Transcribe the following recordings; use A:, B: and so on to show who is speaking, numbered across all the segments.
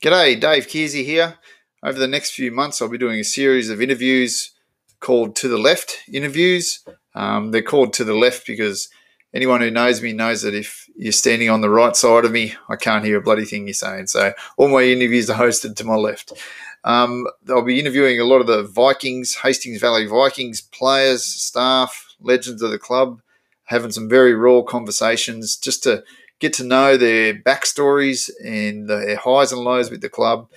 A: G'day, Dave Kearsey here. Over the next few months, I'll be doing a series of interviews called To the Left interviews. Um, they're called To the Left because anyone who knows me knows that if you're standing on the right side of me, I can't hear a bloody thing you're saying. So all my interviews are hosted to my left. Um, I'll be interviewing a lot of the Vikings, Hastings Valley Vikings players, staff, legends of the club, having some very raw conversations just to get to know their backstories and their highs and lows with the club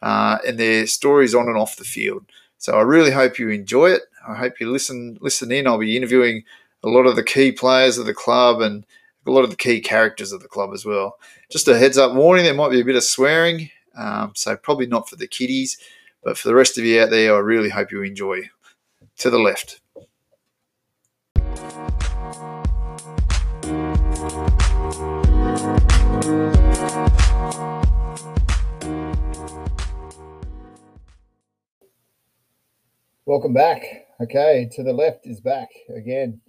A: uh, and their stories on and off the field. So I really hope you enjoy it. I hope you listen listen in. I'll be interviewing a lot of the key players of the club and a lot of the key characters of the club as well. Just a heads up warning: there might be a bit of swearing, um, so probably not for the kiddies, but for the rest of you out there, I really hope you enjoy. To the left.
B: Welcome back. Okay, to the left is back again.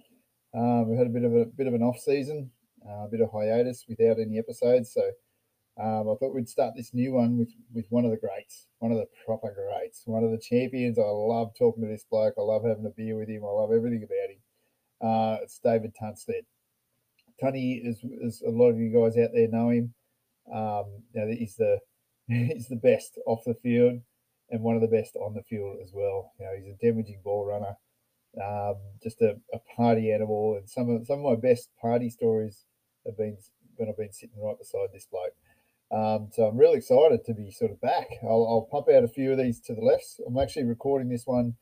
B: Uh, we had a bit of a bit of an off season, uh, a bit of hiatus without any episodes. So um, I thought we'd start this new one with with one of the greats, one of the proper greats, one of the champions. I love talking to this bloke. I love having a beer with him. I love everything about him. Uh, it's David Tunstead. Tunny is, is a lot of you guys out there know him. Um, you know, he's the he's the best off the field and one of the best on the field as well. You know, he's a damaging ball runner, um, just a, a party animal. And some of some of my best party stories have been when I've been sitting right beside this bloke. Um, so I'm really excited to be sort of back. I'll, I'll pump out a few of these to the lefts. I'm actually recording this one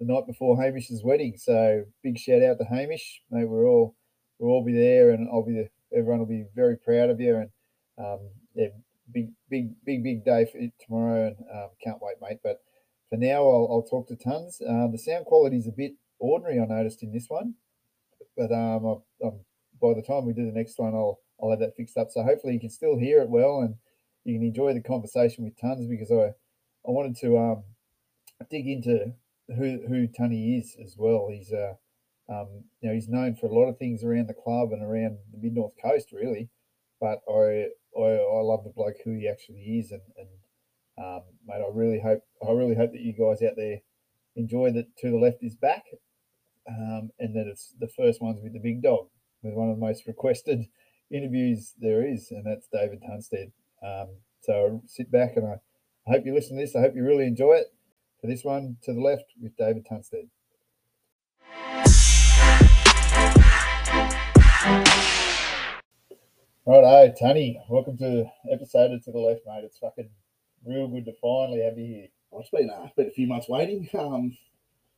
B: the night before Hamish's wedding, so big shout out to Hamish. Mate, we're all we'll all be there, and I'll be the, everyone will be very proud of you. And um, yeah, big, big, big, big day for it tomorrow, and um, can't wait, mate. But for now, I'll, I'll talk to tons. Uh, the sound quality is a bit ordinary, I noticed in this one, but um, I, um, by the time we do the next one, I'll I'll have that fixed up. So hopefully, you can still hear it well, and you can enjoy the conversation with tons because I I wanted to um, dig into who who Tunny is as well. He's uh, um, you know he's known for a lot of things around the club and around the mid north coast, really. But I I, I love the bloke who he actually is, and, and um, mate, I really hope I really hope that you guys out there enjoy that. To the left is back, um, and that it's the first one's with the big dog, with one of the most requested interviews there is, and that's David Tunstead. Um, so sit back and I, I hope you listen to this. I hope you really enjoy it. For this one, to the left with David Tunstead. Righto, Tony, welcome to episode of To the Left, mate. It's fucking real good to finally have you here.
C: Oh, it's been uh, it's been a few months waiting. Um,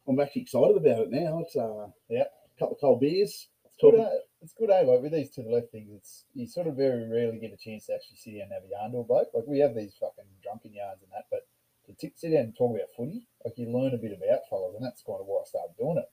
C: I'm actually excited about it now. It's uh,
B: Yeah.
C: a couple of cold beers.
B: It's good, eh? It's good, eh? Like with these to the left things, it's you sort of very rarely get a chance to actually sit down and have a yarn to a bloke. Like we have these fucking drunken yarns and that, but to t- sit down and talk about footy, like you learn a bit about fellas, and that's kind of why I started doing it.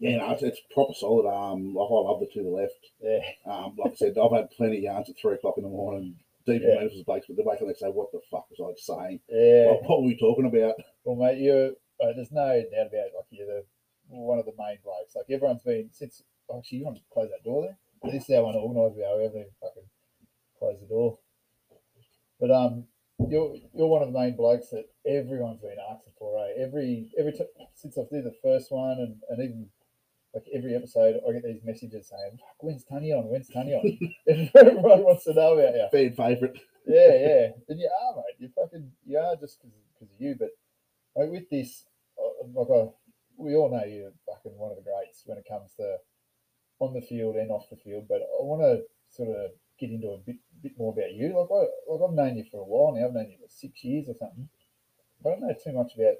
C: Yeah, no, it's, it's proper solid. Um, like I love the to the left.
B: Yeah,
C: Um, like I said, I've had plenty of yarns at three o'clock in the morning. Deep
B: Yeah.
C: in Memphis Blakes, but the wake up the next day, what the fuck was I saying?
B: yeah.
C: What, what were we talking about?
B: Well, mate, you uh, there's no doubt about it. Like you're the, one of the main blokes. Like everyone's been since. oh, Actually, you want to close that door there? But this is how unorganised we are. We haven't even fucking closed the door. But um, you're you're one of the main blokes that everyone's been asking for. Eh? Every every t- since I did the first one, and, and even like every episode, I get these messages saying, Fuck, "When's Tony on? When's Tony on?" Everyone wants to know about you.
C: Fan favourite.
B: Yeah, yeah, and you are, mate. You fucking you are just because of you. But like with this, uh, like I, we all know you're fucking one of the greats when it comes to on the field and off the field. But I want to sort of get into a bit bit more about you. Like I, like I've known you for a while now. I've known you for six years or something. I don't know too much about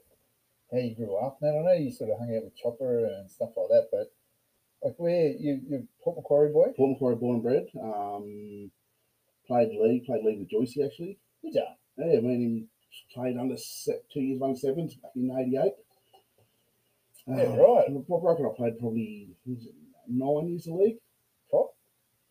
B: how you grew up. Now I know you sort of hung out with Chopper and stuff like that. But like where you you Port Macquarie boy,
C: Port Macquarie born and bred. Um, played league, played league with Joycey actually.
B: did ya?
C: Yeah, I mean, he played under se- two years, under sevens back in '88.
B: Yeah, right.
C: I reckon I played probably was it nine years of league.
B: Prop?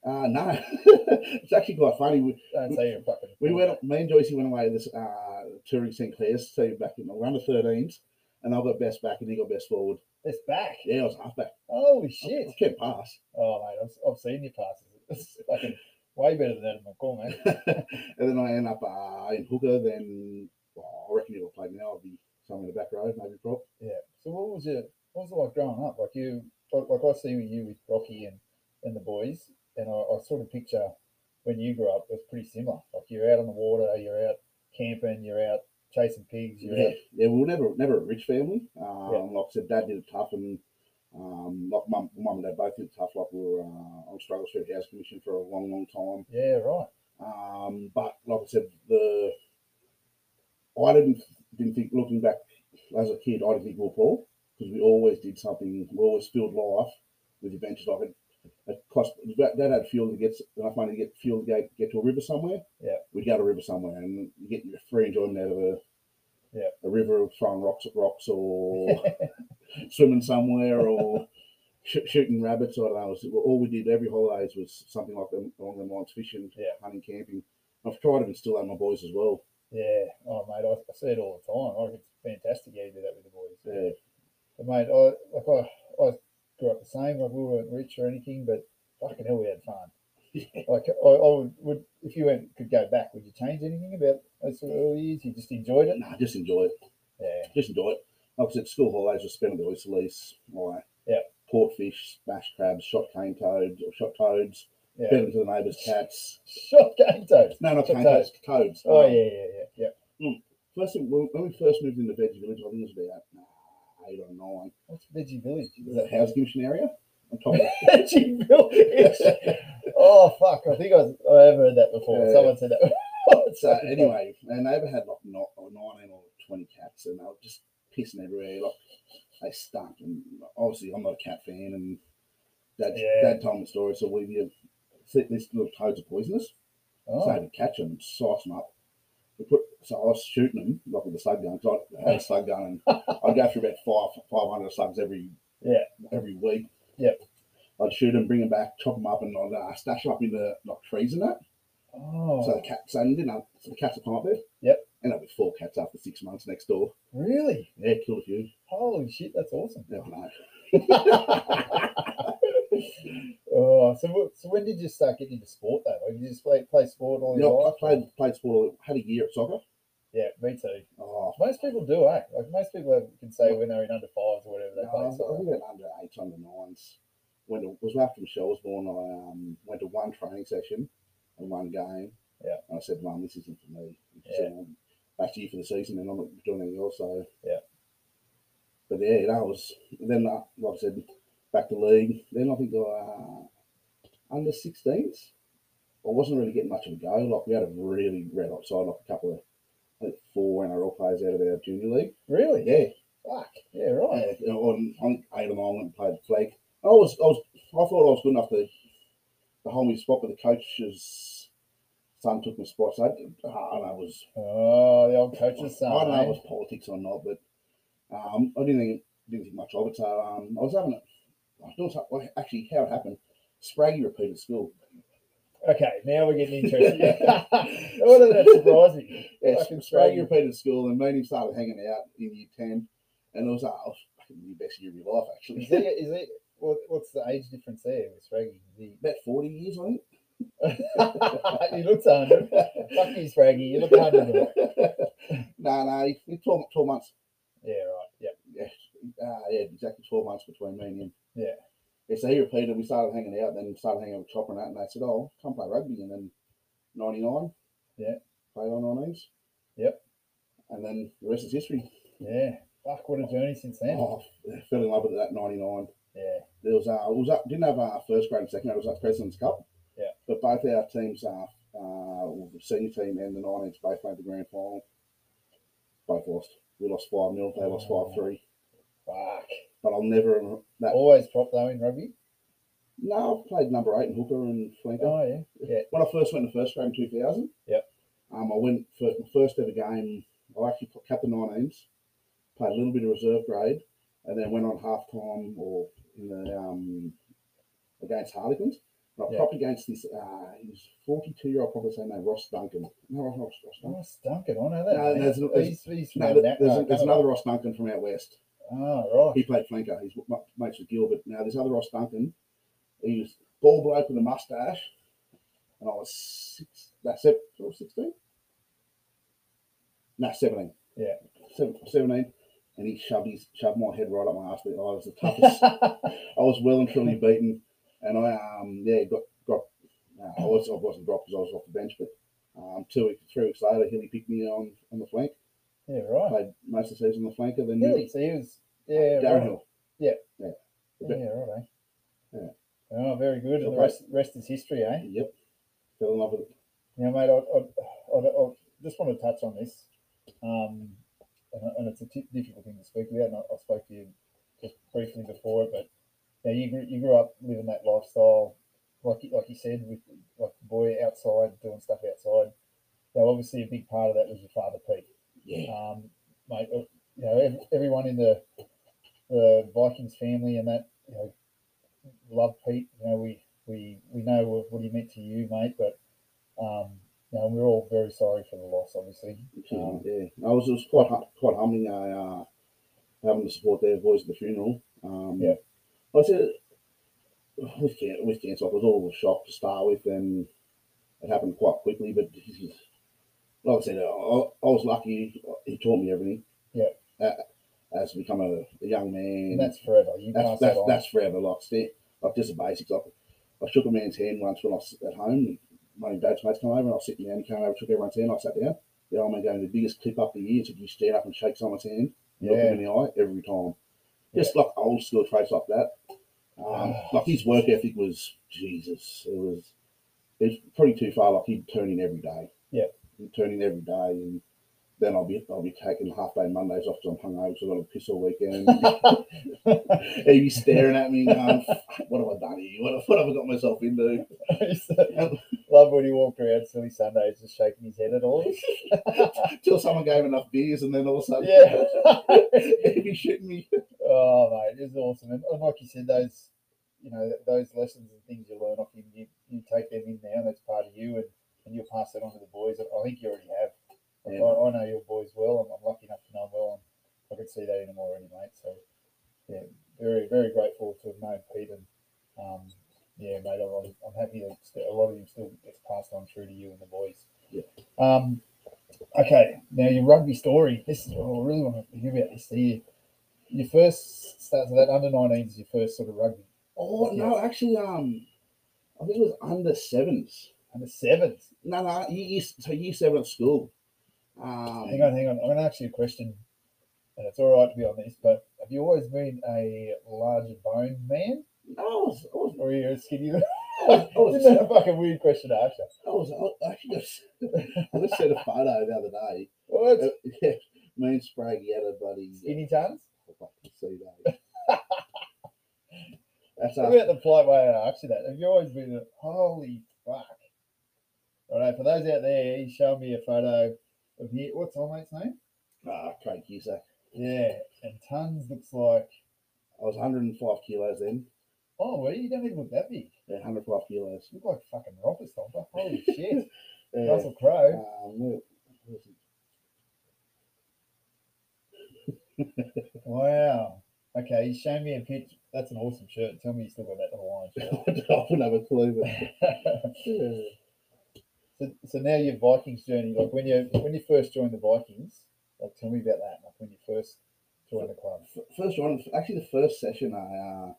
C: Uh, no, it's actually quite funny. We,
B: Don't say you're a fucking.
C: we went, me and Joycey went away to this uh, touring St Clair's team back in the round of 13s, and I got best back and he got best forward.
B: It's back.
C: Yeah, I was halfback.
B: Holy
C: I-
B: shit.
C: I kept pass.
B: Oh, mate, I've, I've seen your passes. It's fucking Way better than Adam McCall, mate.
C: and then I end up uh, in hooker. Then well, I reckon if I played now, I'll be somewhere in the back row, maybe prop.
B: Yeah. So what was your what was it like growing up? Like you like, like I see you with Rocky and, and the boys and I, I sort of picture when you grew up it was pretty similar. Like you're out on the water, you're out camping, you're out chasing pigs, you're
C: Yeah,
B: out
C: yeah, we were never never a rich family. Um,
B: Yeah.
C: Like I said, Dad did it tough, and um, like Mum, Mum and Dad both did it tough. Like we were uh, on Struggle Street House Commission for a long, long time.
B: Yeah, right.
C: Um, but like I said, the I didn't didn't think looking back as a kid, I didn't think we were poor because we always did something. We always filled life with adventures. Like it, it cost Dad Dad had fuel to get s- enough money to get fuel to get, get to a river somewhere.
B: Yeah.
C: we'd go to a river somewhere and you get your free enjoyment out of a
B: Yeah.
C: a river of throwing rocks at rocks or swimming somewhere or sh- shooting rabbits. I don't know. It was- all we did every holidays was something like them, along the lines fishing,
B: Yeah.
C: hunting, camping. I've tried to instill that in my boys as well.
B: Yeah. Oh mate, I, I see it all the time. I think it's fantastic how you do that with the boys.
C: Yeah,
B: But mate, I like I, I grew up the same. Like we weren't rich or anything, but fucking hell, we had fun. Like I, I would, would, if you went could go back, would you change anything about those sort of early years? You just enjoyed it.
C: nah, just enjoy it.
B: Yeah,
C: Just enjoy it. Like I said, school holidays were spent at the oyster lease. Like
B: Yeah.
C: Port fish, smashed crabs, shot cane toads or shot toads, fed
B: yeah.
C: them to the neighbours' cats.
B: Shot game toads.
C: No, not
B: Shot
C: cane
B: toads.
C: toads, toads.
B: Oh
C: Um,
B: yeah, yeah, yeah, yeah.
C: First thing, when when we first moved into Veggie Village, I think it was about uh, eight or nine.
B: What's Veggie Village?
C: Is that housing commission area? On top of
B: Veggie Village. oh fuck! I think I, was, I have heard that before.
C: Yeah.
B: Someone said that.
C: So anyway, our neighbour had like not, or nineteen or twenty cats, and they were just pissing everywhere. Like they stunk, and obviously I'm not a cat fan. And Dad,
B: Yeah.
C: Dad told me the story. So we you see these little toads are poisonous. So I
B: Oh,
C: had to catch them and size them up. We put so I was shooting them like with a slug gun. 'cause I had a slug gun, and I'd go through about five five hundred slugs every
B: Yeah.
C: every week.
B: Yep.
C: I'd shoot them, bring them back, chop them up, and I'd uh, stash them up in the like trees and that.
B: oh,
C: So the cats, and you know, so the cats will come up there.
B: Yep.
C: And up with four cats after six months next door.
B: really?
C: Yeah, killed a few.
B: Holy shit! That's awesome.
C: Yeah, I know.
B: Oh, so what, so when did you start getting into sport though? Like, did you just play play sport all
C: You
B: your
C: know, I
B: life?
C: played played sport. Had a year at soccer.
B: Yeah, me too.
C: Oh,
B: Most people do, eh? Like most people have- can say when they're in under fives or whatever they
C: no, I
B: play.
C: was- I
B: soccer.
C: was about under eight, under nines. Went to, was after Michelle was born. I um, went to one training session and one game.
B: Yeah.
C: And I said, "Mum, this isn't for me." And she
B: Yeah.
C: said, um, "Back to you for the season, and I'm not doing anything else." So.
B: Yeah.
C: But yeah, you know, I was then uh, like I said, back to league. Then I think uh, under 16s, I wasn't really getting much of a go. Like we had a really red hot side, like a couple of I think four NRL players out of our junior league.
B: Really?
C: Yeah,
B: Fuck. Yeah, right.
C: yeah, on, on eight of mine went and played flag. I was, I was, I thought I was good enough to, to hold my spot, but the coach's son took my spot. So I, did- I don't know, it was,
B: Oh, the old coach's
C: I
B: son.
C: don't know, if
B: eh?
C: it was politics or not, but um, I didn't think, didn't think much of it. So um, I was having, a, I was doing something. well, Actually, how it happened, Spraggy repeated school.
B: eh? Okay, now we're getting interested. what did that surprise me?
C: Yeah,
B: Fucking
C: Spraggy
B: Spraggy.
C: repeated school, and me and him started hanging out in year ten, and it was, uh, it was fucking the best year of your life
B: Is
C: actually.
B: he, is he, what, what's the age difference there with Fraggy? Is
C: About forty years, I think.
B: he, he looks 100. Fuck you, Fraggy. You look 100.
C: no, no, he- he 12, 12 months.
B: Yeah, right. Yeah.
C: Yeah, uh, yeah, exactly 12 months between me and him.
B: Yeah.
C: Yeah, so he repeated, we started hanging out, then started hanging out with Chopper and that, and they said, oh, come play rugby. And then 99.
B: Yeah.
C: Played on 19s.
B: Yep.
C: And then the rest is history.
B: Yeah. Fuck, what a journey since then.
C: Oh, I fell in love with that 99.
B: Yeah.
C: There was, uh, it was up, didn't have uh, first grade and second grade, it was at President's Cup.
B: Yeah.
C: But both our teams, uh, uh, well, the senior team and the 19s, both made the grand final. Both lost. We lost 5 0, they lost 5 3.
B: Fuck.
C: but I'll never that.
B: Always prop though in rugby.
C: No, I played number eight in hooker and flanker.
B: Oh yeah, yeah,
C: When I first went to first grade in 2000,
B: Yep.
C: um, I went for my first ever game. I actually put- capped the 19s, played a little bit of reserve grade, and then went on half time or in the um, against Harlequins. And I
B: Yeah.
C: propped against this, uh, he was 42 year old proper saying name, Ross Duncan. No, Ross, Ross, Ross Duncan.
B: Ross Duncan. Oh, I know that.
C: No,
B: man.
C: there's- there's-
B: he's, he's from
C: No,
B: that-
C: there- there's,
B: uh,
C: there's
B: Canada.
C: another Ross Duncan from out west.
B: Oh right.
C: He played flanker. He's m- mates with Gilbert. Now this other Ross Duncan, he was bald bloke with a mustache, and I was six, no, seven, 16? No, 17.
B: Yeah.
C: Seven, 17. And he shoved, his, shoved my head right up my ass. But I was the toughest. I was well and truly beaten, and I um yeah got got uh, I was I wasn't dropped because I was off the bench, but um two weeks three weeks later Hilly picked me on on the flank.
B: yeah, right.
C: Played most of the season on the flanker. Then
B: Really? So he was, yeah,
C: Darren
B: right.
C: Hill.
B: Yeah, right, eh?
C: Yeah.
B: Oh, very good.
C: Still
B: The
C: great.
B: rest, rest is history, eh?
C: Yep. Fell in love with it.
B: Now, mate, I, I, I, I just want to touch on this, um, and, and it's a t- difficult thing to speak about. And I, I spoke to you just briefly before it, but now you grew, you grew up living that lifestyle, like you, like you said, with like the boy outside doing stuff outside. Now, obviously, a big part of that was your father, Pete.
C: Yeah.
B: Um, mate, uh, you know, ev- everyone in the the Vikings family and that, you know, love Pete. You know, we we we know what, what he meant to you, mate, but um, you know, we're all very sorry for the loss, obviously.
C: Um, yeah. I was, it was quite hu- quite humbling. I uh, having to support their boys at the funeral. Um,
B: Yeah.
C: I said with can- with cancer, I was all shocked to start with, and it happened quite quickly. But this is- like I said, I, I was lucky. He taught me everything.
B: Yeah.
C: Uh, as to become a, a young man.
B: And that's forever. You
C: that's
B: pass
C: that's,
B: that on.
C: that's forever. Like, sta- like just the basics. Like, I shook a man's hand once when I was at home. My dad's mates come over, and I was sitting down. He came over, shook everyone's hand. I sat down. The old man gave me the biggest clip up the years. If you stand up and shake someone's hand, you look
B: yeah.
C: him in the eye every time. Just like old school traits like that. Um,
B: Ah.
C: like his work ethic was Jesus. It was it's pretty too far. Like he'd turn in every day.
B: Yeah.
C: he'd turn in every day, and then I'll be I'll be taking half day Mondays off because I'm hungover, so I've got to piss all weekend. He'd be staring at me, going, "Fuck, "What have I done here? What, have- what have I got myself into?"
B: uh, Love when he walked around silly Sundays just shaking his head at all. of us.
C: Till someone gave him enough beers, and then all of a sudden,
B: yeah.
C: he'd be shitting me.
B: Oh, mate, it was awesome. And, and like you said, those, you know, th- those lessons and things you learn off him, you, you take them in now, and that's part of you, and, and you'll pass that on to the boys. I I think you already have. Like,
C: Yeah.
B: I, I know your boys well, and I'm lucky enough to know 'em well, and I can see that in them already, mate. So, yeah, very, very grateful to have known Pete, and um, yeah, mate, I'm, I'm- I'm happy that st- a lot of him still gets passed on through to you and the boys.
C: Yeah.
B: Um, okay, now your rugby story. This is what I really want to hear about this. So you, your first start to that under 19s is your first sort of rugby
C: Oh no, actually, um, I think it was under sevens.
B: under sevens.
C: No, no, year, year, so year seven at school. Um,
B: Hang on, hang on. I'm going to ask you a question, and it's all right to be on this, but have you always been a larger bone man,
C: No, I was, I was,
B: or are you a skinny?
C: I was, I was,
B: Isn't that a fucking weird question to ask? you?
C: I was, I was- I actually just, I just sent a photo the other day.
B: What
C: Uh, yeah, me and Sprague had a uh, buddy.
B: skinny tons?
C: I can see that. That's
B: What
C: us.
B: about the polite way I asked you that? Have you always been a holy fuck? All right, for those out there, he's showing me a photo of here. What's our mate's name?
C: Ah, Craig Cusack.
B: Yeah, and tons looks like.
C: I was 105 kilos then.
B: Oh, well, you don't even look that big.
C: Yeah, 105 kilos.
B: You look like fucking Robert Stomper. Holy shit.
C: Yeah.
B: Russell Crowe.
C: Um, where- where is it?
B: Wow. Okay, you showed me a picture. That's an awesome shirt. Tell me you still got that Hawaiian shirt.
C: I wouldn't have a clue. But, yeah.
B: so, so now your Vikings journey, like when you when you first joined the Vikings, like tell me about that. Like when you first joined the club.
C: f- first one, actually the first session, I uh,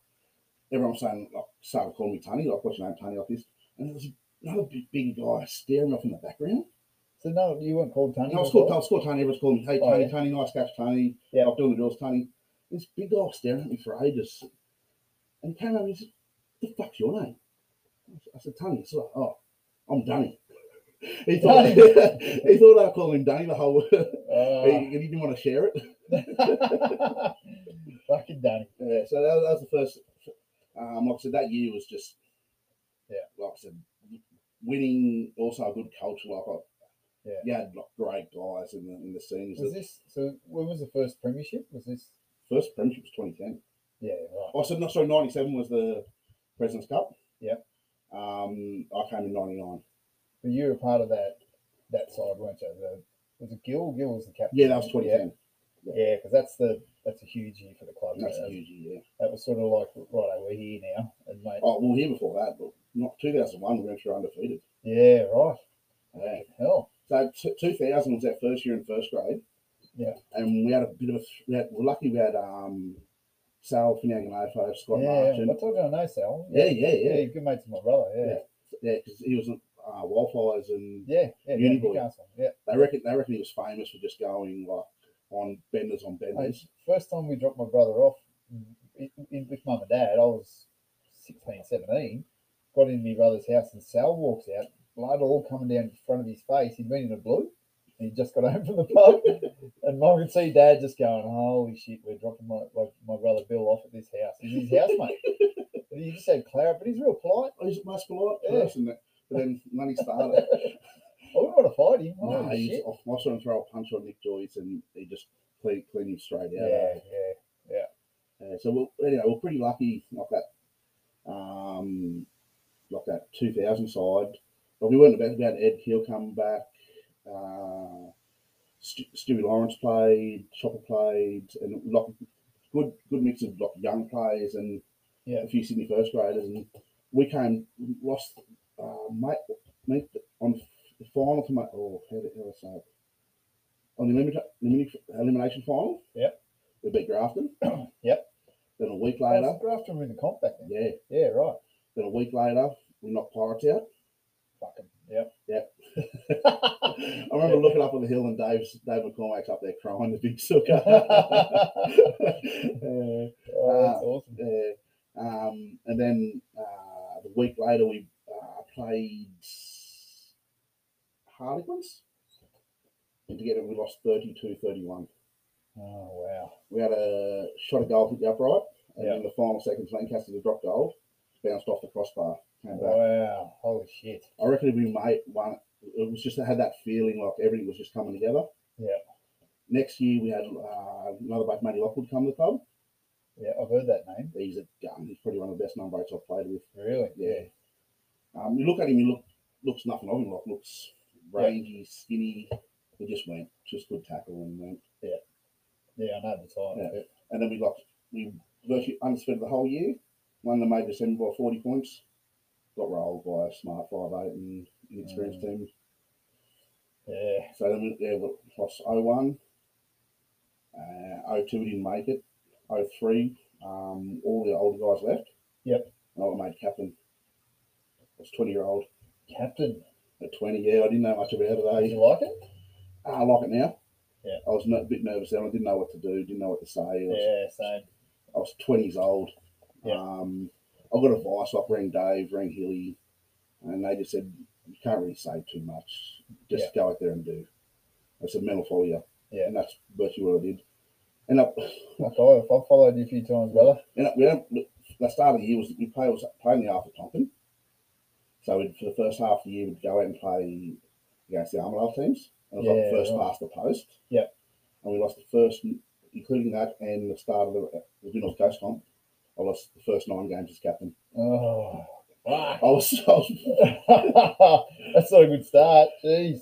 C: everyone was saying like started calling me Tony, like what's your name, Tony, like this, and there was another big, big guy staring off in the background.
B: So no, you weren't called Tony.
C: And I was
B: before?
C: called, I was called Tony. Everyone's calling me, hey
B: Oh,
C: Tony,
B: yeah.
C: Tony, nice catch, Tony.
B: Yeah.
C: I'm doing the drills, Tony. This big guy was staring at me for ages, and he came over and said, "The fuck's your name?" I s- I said, "Tony." He's like, "Oh, I'm Danny." he thought he thought I called him Danny the whole.
B: Oh.
C: he, he didn't want to share it.
B: Ah. Fucking Danny.
C: Yeah, so that, that was the first. Um, like I said, that year was just,
B: Yeah.
C: like I said, winning. Also, a good culture. Like, I,
B: Yeah.
C: you had like great guys in the in the scenes.
B: Was
C: The
B: this so? When was the first premiership? Was this?
C: first premiership was twenty ten.
B: Yeah, right.
C: Also, Oh, no, sorry, ninety seven was the Presidents Cup.
B: Yeah.
C: Um, I came in ninety nine.
B: But you were part of that that side, weren't you? The, was it Gill? Gill was the captain.
C: Yeah, that was twenty ten.
B: Yeah, because that's the that's a huge year for the club.
C: That's
B: That-
C: a huge year.
B: That was sort of like, right, we're here now, and mate,
C: Oh, well, here before that, but not 2001, we were undefeated.
B: yeah, right,
C: Yeah.
B: hell,
C: So t- 2000 was that first year in first grade.
B: Yeah.
C: And we had a bit of a, we had, we're lucky we had um, Sal Finaganofo, Scott
B: yeah,
C: Martin.
B: I told you I know Sal,
C: Yeah, yeah,
B: yeah,
C: yeah.
B: good mates of my brother, yeah,
C: Yeah, because he was uh, Wildfires and
B: yeah, yeah,
C: Uni
B: yeah,
C: boy.
B: Newcastle, yeah.
C: they reckon they reckon he was famous for just going like on benders on
B: Mate,
C: benders.
B: first time we dropped my brother off in, in, with mum and dad, I was 16, 17. Got in my brother's house and Sal walks out, blood all coming down in front of his face. He'd been in a blue and he just got home from the pub. and mum could see dad just going, Holy shit, we're dropping my, like, my brother Bill off at this house. He's his housemate. And he just said Clara, but he's real polite.
C: Oh, he's a nice polite
B: Yeah.
C: person. that- But then when he started,
B: I wouldn't want to fight him. Holy
C: no, he's
B: Oh, shit.
C: off. I saw him throw a punch on Nick Joyce and he just clean, clean him straight out.
B: Yeah, yeah.
C: Uh, so we're you know we're pretty lucky like that, um, like that two thousand side. But we weren't about about Ed Keel come back. Uh, Stu- Stewie Lawrence played, Chopper played, and like good good mix of like young players and
B: Yeah.
C: a few Sydney first graders. And we came lost uh, mate, mate on the final to my oh how the hell I say it? on the elimina- elimina- elimination final.
B: Yep.
C: We beat Grafton.
B: Yep.
C: Then a week
B: I
C: later,
B: was after him in the comp back then.
C: yeah.
B: Yeah, right.
C: Then a week later, we knocked Pirates out.
B: Fuck him. Yep.
C: I remember looking up on the hill and Dave's, Dave McCormack's up there crying the big sucker. Uh,
B: Oh, that's awesome.
C: uh, um, and then uh, the week later, we uh, played Harlequins. And together, we lost 32 31.
B: Oh, wow.
C: We had a shot of goal hit the upright. And
B: Yeah.
C: in the final seconds, Lancaster dropped goal, bounced off the crossbar, came back.
B: Wow. Holy shit.
C: I reckon we might want. It was just I had that feeling like everything was just coming together.
B: Yeah.
C: Next year we had uh, another bloke, Matty Lockwood, come to the club.
B: Yeah, I've heard that name.
C: He's a gun. He's probably one of the best number eights I've played with.
B: Really?
C: Yeah. Um, you look at him, he look looks nothing of him. Like looks rangy, skinny. He just went, just good tackle and went.
B: Yeah, I know the title. Yeah.
C: And then we got we virtually unspent the whole year. Won the major semi by forty points. Got rolled by a smart five eight and inexperienced team.
B: yeah.
C: So then we yeah, we lost 01, uh, 02 we didn't make it, 03, um, all the older guys left.
B: Yep.
C: And I got made captain. I was 20 year old.
B: Captain.
C: At 20, yeah, I didn't know much about it.
B: Did
C: eh?
B: you like it?
C: Ah, I like it now.
B: Yeah.
C: I was no- a bit nervous then. I didn't know what to do, didn't know what to say. I was,
B: Yeah, same.
C: I was 20 years old.
B: Yeah.
C: Um, I got advice, like rang Dave, rang Hilly, and they just said, you can't really say too much. Just go out there and do. I said, mental folio.
B: Yeah.
C: And that's virtually what I did. And I,
B: Like I, I followed you a few times, brother.
C: and I, we don't, the start of the year was we play was playing the half of Compton. So we'd, for the first half of the year, we'd go out and play against the Armadale teams. And it was like
B: Yeah,
C: first
B: right.
C: past the post.
B: Yeah.
C: And we lost the first, including that and the start of the, the North Coast comp. I lost the first nine games as captain.
B: Oh,
C: I
B: fuck.
C: was, I was
B: that's not a good start. Jeez.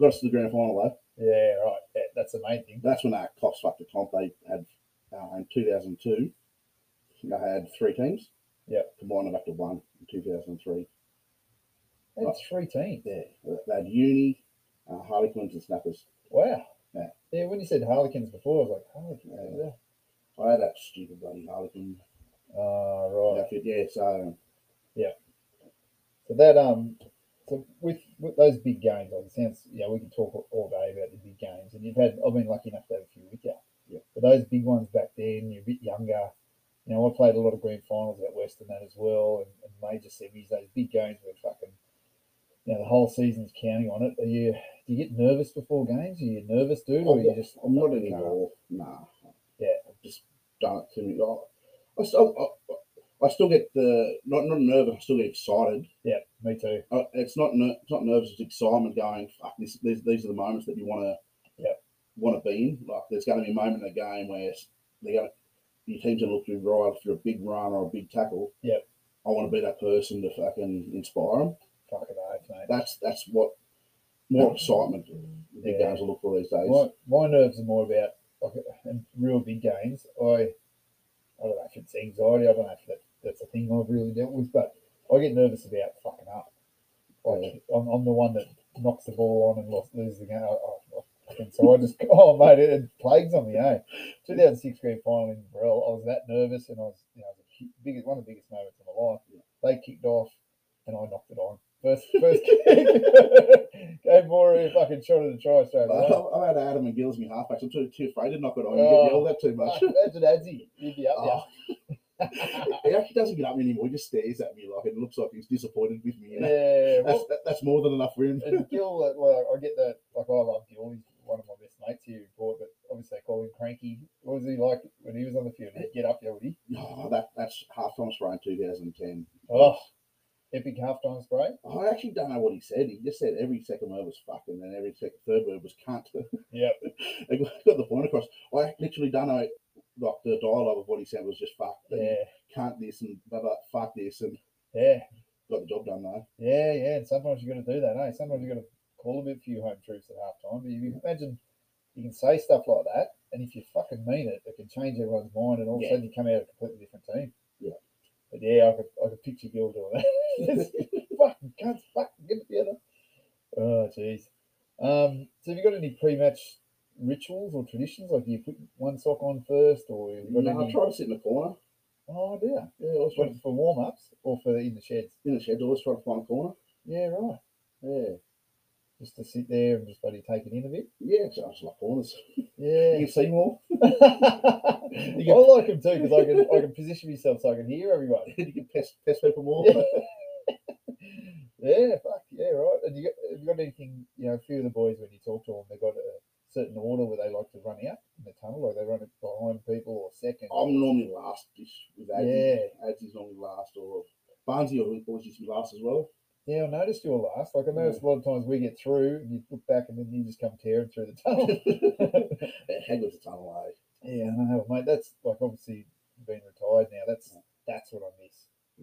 C: got us to the grand final though.
B: Yeah, right. Yeah, that's the main thing.
C: That's when our cops fucked the comp. They had uh, in 2002, they had three teams.
B: Yep.
C: Combined them back to one in 2003.
B: That's three teams.
C: Yeah, they had Uni, uh, Harlequins, and Snappers.
B: Wow.
C: Yeah.
B: Yeah, when you said Harlequins before, I was like, Harlequins. Yeah.
C: I had Oh, that stupid bloody Harlequin
B: Oh, right.
C: outfit. Yeah, so
B: So that um, so with with those big games, like it sounds, yeah, we can talk all day about the big games, and you've had. I've been lucky enough to have a few with you.
C: Yeah.
B: But those big ones back then, you're a bit younger. You know, I played a lot of grand finals out west and that as well, and, and major semis. Those big games were fucking. You know, the whole season's counting on it. Are you? Do you get nervous before games? Are you a nervous, dude,
C: Oh,
B: or are you just?
C: I'm not anymore. Nah.
B: Oh, Yeah.
C: I've just done it to me. I, I still, I, I- I still get the not not nervous. I still get excited.
B: Yeah, me too.
C: Uh, it's not ner- it's not nervous. It's excitement. Going fuck. This, these these are the moments that you want to
B: Yep.
C: want to be in. Like there's going to be a moment in the game where they going your team's going to look to right for a big run or a big tackle.
B: Yep.
C: I want to be that person to fucking inspire them.
B: Fucking oath, mate.
C: That's that's what more excitement the big
B: Yeah.
C: games will look for these days.
B: My, my nerves are more about like in real big games, I I don't know if it's anxiety. I don't know if that, that's a thing I've really dealt with, but I get nervous about fucking up. Like I'm, I'm the one that knocks the ball on and lost, loses the game. I, I, I fucking- so I just oh mate, it, it plagues on me. Eh? 2006 grand final in Burrell, I was that nervous, and I was you know it was the hu- biggest one of the biggest moments of my life. They kicked off, and I knocked it on first first kick. Gave Morey a fucking shot at the try straight away.
C: I've had Adam and Gillsby halfbacks. I'm too, too afraid to knock it on. You
B: Oh.
C: get yelled at too
B: Ah,
C: much.
B: That's an Adzi. You'd be up there.
C: Oh. he actually doesn't get up anymore. He just stares at me like it looks like he's disappointed with me. You know?
B: Yeah.
C: that's,
B: Well,
C: that, that's more than enough for him.
B: and Gil, like, well, I get that. Like, I love Gil. He's one of my best mates here in Port, but obviously they call him Cranky. What was he like when he was on the field? He'd get up there, would he?
C: Oh, that, that's half time spray in 2010.
B: Oh, epic halftime spray.
C: I actually don't know what he said. He just said every second word was fuck and then every second, third word was cunt.
B: Yep.
C: I got the point across. I literally don't know. Like the dialogue of what he said was just fuck,
B: Yeah.
C: can't this and blah blah, fuck this and
B: Yeah.
C: got the job done though.
B: Yeah. Yeah. And sometimes you got to do that, eh? Sometimes you got to call a bit for your home troops at halftime. But you can imagine you can say stuff like that, and if you fucking mean it, it can change everyone's mind, and all of
C: Yeah.
B: a sudden you come out a completely different team.
C: Yeah.
B: But yeah, I could, I could picture Gil doing that. Just fucking cunts, fucking get it together. Oh, jeez. Um, so have you got any pre-match rituals or traditions? Like, do you put one sock on first, or have you got
C: No, I
B: any?
C: try to sit in the corner.
B: Oh, dear.
C: Yeah, I always try
B: What, for warm-ups or for in the sheds?
C: in the shed. I always try to find a corner.
B: Yeah, right.
C: Yeah,
B: Just to sit there and just bloody take it in a bit.
C: yeah. So I just like corners.
B: Yeah.
C: You can see more.
B: I like them too because I can I can position myself so I can hear everyone.
C: you can pest pest people more.
B: Yeah. Yeah, fuck yeah, right. And you got, have you got anything? You know, a few of the boys when you talk to them, they got a certain order where they like to run out in the tunnel, like they run it behind people or second.
C: I'm normally last ish with Ads.
B: yeah,
C: Ads is normally last, or Barnsley always used to be last as well.
B: yeah. I noticed you're last. Like I noticed a lot of times we get through and you look back and then you just come tearing through the tunnel.
C: Hagler's a ton of way.
B: Yeah, I know, mate. That's like obviously being retired now. That's that's what I miss.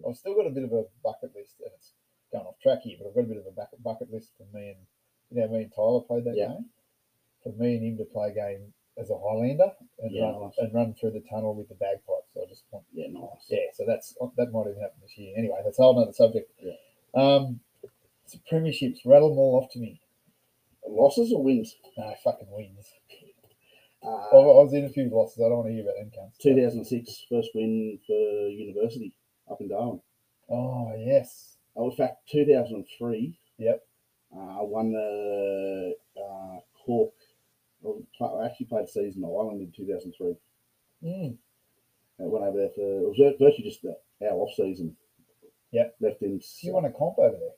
B: I've still got a bit of a bucket list, and it's going off track here, but I've got a bit of a bucket bucket list for me and you know me and Tyler played that
C: Yeah.
B: game. For me and him to play a game as a Highlander and
C: Yeah,
B: run
C: nice.
B: and run through the tunnel with the bagpipes. I just want
C: Yeah, nice.
B: yeah. So that's that might even happen this year. Anyway, that's a whole nother subject.
C: Yeah.
B: Um, so premierships rattle them all off to me.
C: Losses or wins?
B: No fucking wins. I, I
C: Uh,
B: was in a few losses. I don't want to hear about them cunts.
C: 2006 first win for university up in Darwin.
B: Oh yes.
C: Oh, in fact, 2003.
B: Yep.
C: Uh, I won the uh, Cork. well, I actually played season Island in 2003.
B: Mm.
C: I went over there for it was virtually just the, our off season.
B: Yep.
C: Left in.
B: So you want a comp over there?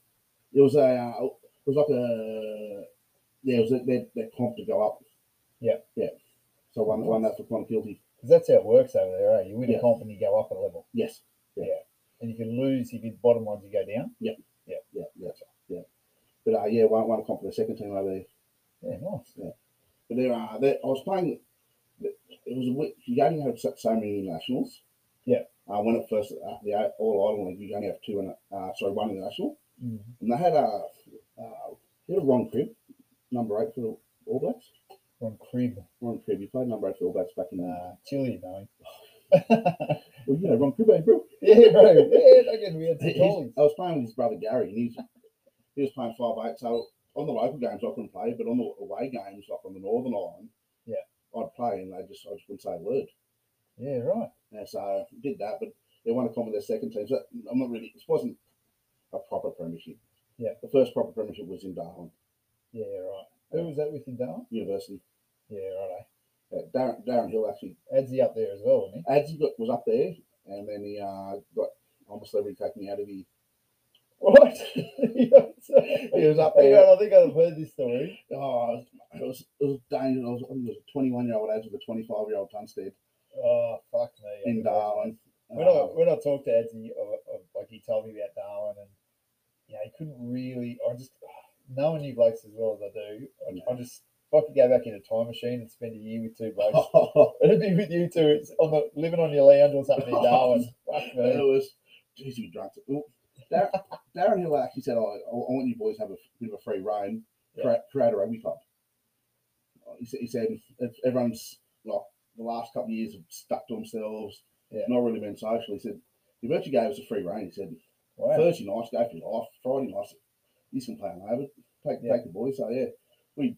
C: It was a. Uh, it was like a. Yeah, it was that that, that comp to go up.
B: Yep.
C: Yeah. So I won, won that for Clonakilty.
B: Because that's how it works over there, eh? You win
C: Yeah.
B: a comp and you go up a level.
C: Yes.
B: And you can lose if you're the bottom ones, you go down.
C: Yeah. Yeah. Yeah. But uh, yeah, one one comp for the second team over there.
B: Yeah, nice.
C: But there are there, I was playing. It was a week- you only had so so many nationals.
B: Yeah.
C: Uh, when it first uh, the All Ireland League, you only have two and a- uh, sorry one international,
B: Mm.
C: and they had a uh, they had a wrong crib, number eight for the All Blacks.
B: From crib.
C: Ron Crib, he played number eight for the All Blacks back in the
B: Nah, Chile, knowing.
C: Well, you know, Ron Cribbe, bro.
B: yeah, bro. Yeah, don't get weird.
C: He-
B: It's
C: he's- I was playing with his brother Gary, and he's, he was playing five eight. So on the local games, I couldn't play, but on the away games, like on the Northern Line,
B: Yeah.
C: I'd play, and they just I just wouldn't say a word.
B: Yeah, right.
C: And so I did that, but they won a comp with their second team. So I'm not really. It wasn't a proper premiership.
B: Yeah.
C: The first proper premiership was in Darwin
B: Yeah, right. Who was that with in Darwin?
C: University.
B: Yeah, right.
C: Uh, Darren, Darren Hill actually
B: Eh? Adzi up there as well, wasn't
C: Adsy got was up there, and then he uh, got almost everybody taken out of the.
B: he? What?
C: He was up
B: Hang
C: there.
B: on, I think I've heard this story.
C: Oh, it was it was dangerous. I, was, I think it was a 21 year old age with a 25 year old Tunstead
B: Oh, fuck me. I
C: in
B: can imagine.
C: Darwin.
B: when I
C: Um,
B: when I talked to Edsy, uh, uh, like he told me about Darwin, and yeah, he couldn't really. I just knowing you blokes as well as I do, I, I just if I could go back in a time machine and spend a year with two blokes,
C: Um,
B: it'd be with you two. It's on the living on your lounge or something in Darwin. Fuck
C: it
B: me.
C: was, geez, we drunk. Well, Uh, Dar- Darren Hill actually said, oh, I, I want you boys to have a bit of a free reign,
B: Yeah.
C: crea- create a rugby club. He said, he said if everyone's like the last couple of years have stuck to themselves,
B: Yeah.
C: not really been social. He said, he virtually gave us a free reign. He said,
B: Wow.
C: Thursday nights, go for your life. Friday nights, you can play over. Take,
B: Yeah.
C: take the boys. So, yeah, we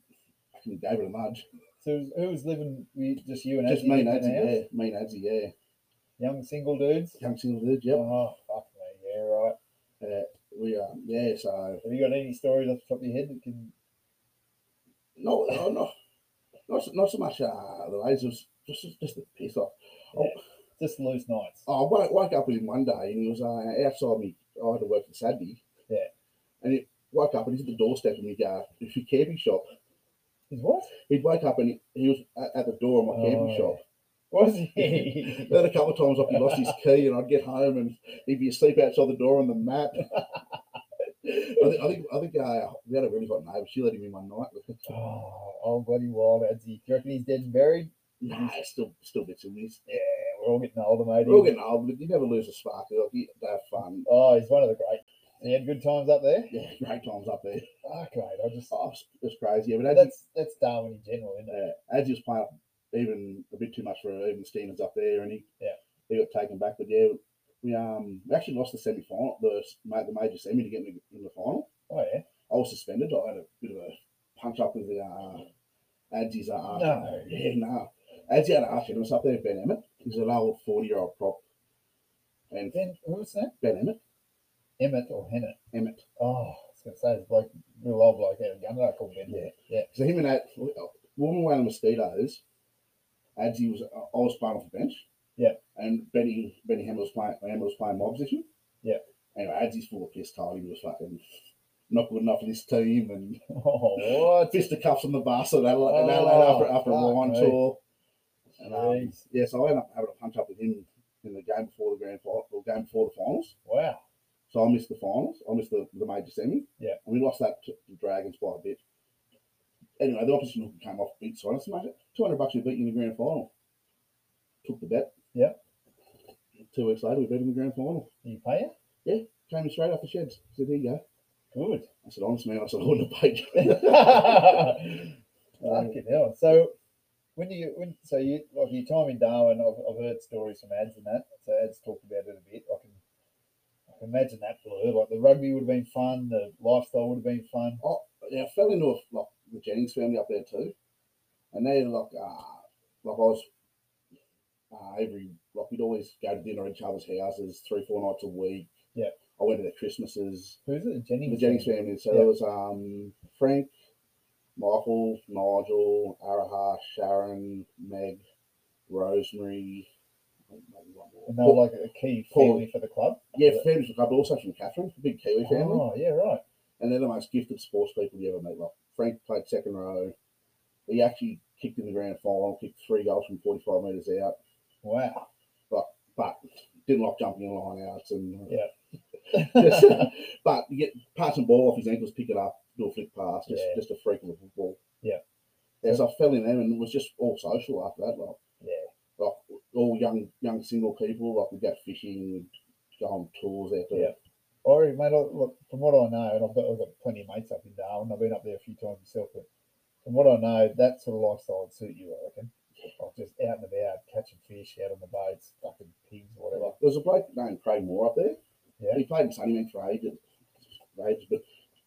C: fucking gave it a nudge.
B: So who's- who was living? were you- Just you and
C: Just
B: Azzy
C: me and
B: living in the
C: Adsy,
B: house?
C: yeah. Me and Adsy, yeah.
B: Young single dudes.
C: Young single dude, yep.
B: Oh fuck me. Yeah right.
C: We are, yeah, uh, so.
B: Have you got any stories off the top of your head that can?
C: No, no, no. Not so, not so much uh, the ladies, it was just, just the piss off. Oh,
B: Just loose nights.
C: I woke, woke up with him one day and he was uh, outside me. I had to work at Saturday.
B: Yeah.
C: And he woke up and he's at the doorstep of my gar- my camping shop.
B: Is what?
C: He'd wake up and he, he was at, at the door of my camping
B: Oh,
C: shop.
B: Was he?
C: Then a couple of times, like, he lost his key and I'd get home and he'd be asleep outside the door on the mat. I think I think, I think uh, we had a really hot neighbour. She let him in one night.
B: oh, oh bloody wild Adsy. Do you reckon he's dead and buried?
C: nah, still still bits in this.
B: Yeah, we're all getting older, mate.
C: We're all getting old, but you never lose a spark. Like, you, they have fun.
B: Oh, he's one of the great. He had good times up there.
C: Yeah, great times up there.
B: Fuck, mate. I just
C: Oh, it's, it's crazy. Yeah, but Adji-
B: that's that's Darwin in general, isn't it?
C: uh, Adji was playing up even a bit too much for even Stevens up there, and he
B: Yeah.
C: he got taken back. But yeah, we um we actually lost the semi final, the s- ma- the major semi to get in the, in the final.
B: Oh yeah.
C: I was suspended. I had a bit of a punch up with the uh, Adji's uh, arch.
B: No.
C: yeah, no. Adji had an arch and it was up there, Ben Emmett. He's an old forty year old prop, and
B: Ben, who was that?
C: Ben Emmett,
B: Emmett or Hennett?
C: Emmett.
B: Oh, I was gonna say it's like real old bloke out of Gunner called Ben.
C: Yeah.
B: Yeah.
C: So him and that woman were the mosquitoes. Adzi was uh, I was playing off the bench.
B: Yeah.
C: And Benny Benny Hammer was playing Hammer was playing my position.
B: Yeah.
C: Anyway, Adzi's full of piss tired. He was fucking not good enough for this team and
B: Oh what?
C: fist of cuffs on the bus and that and that
B: Oh,
C: after after a
B: fuck
C: wine
B: me.
C: tour. And, um,
B: Jeez.
C: yeah, so I ended up having a punch up with him in the game before the grand final or game before the finals.
B: Wow.
C: So I missed the finals. I missed the, the major semi.
B: Yeah.
C: And we lost that to the Dragons by a bit. Anyway, the opposition hooker came off beat Sinus. Mate, 200 bucks we beat you in the grand final. Took the bet.
B: Yeah.
C: Two weeks later, we beat him in the grand final.
B: Do you pay her?
C: Came in straight off the sheds. said, here you go.
B: Good.
C: I said, honest man, I said, I wouldn't have paid you.
B: Fucking hell. So when do you when so you like your time in Darwin, I've, I've heard stories from ads and that. So ads talked about it a bit. I can I can imagine that blur. Like the rugby would have been fun, the lifestyle would have been fun.
C: yeah, I fell into a, like, the Jennings family up there too. And they, like, uh, like I was, uh, every, like, we'd always go to dinner at each other's houses three, four nights a week.
B: Yeah.
C: I went to their Christmases.
B: Who's it? Jenny
C: the Jennings family. So
B: Yeah.
C: there was um, Frank, Michael, Nigel, Araha, Sharon, Meg, Rosemary. maybe one more.
B: And they were like a key
C: Paul.
B: family for the club.
C: yeah, families from club, but also from Catherine, the big Kiwi family.
B: Oh yeah, right.
C: And they're the most gifted sports people you ever meet. Like Frank played second row. He actually kicked in the grand final, kicked three goals from 45 metres out,
B: Wow.
C: but didn't like jumping in line outs. And,
B: Yeah.
C: just, but you get pass and ball off his ankles, pick it up, do a flick pass, just,
B: Yeah.
C: just a freak of the football.
B: Yeah.
C: As I fell in there and it was just all social after that, like
B: Yeah.
C: like all young young single people, like we'd go fishing, we'd go on tours out there.
B: Yeah. Or mate, I- look, from what I know, and I've got, I've got plenty of mates up in Darwin. I've been up there a few times myself, but from what I know, that sort of lifestyle would suit you, I reckon. Like just out and about, catching fish, out on the boats, fucking pigs, whatever.
C: Like, there was a bloke named Craig Moore up there.
B: Yeah.
C: He played in Sunnyman for ages, ages but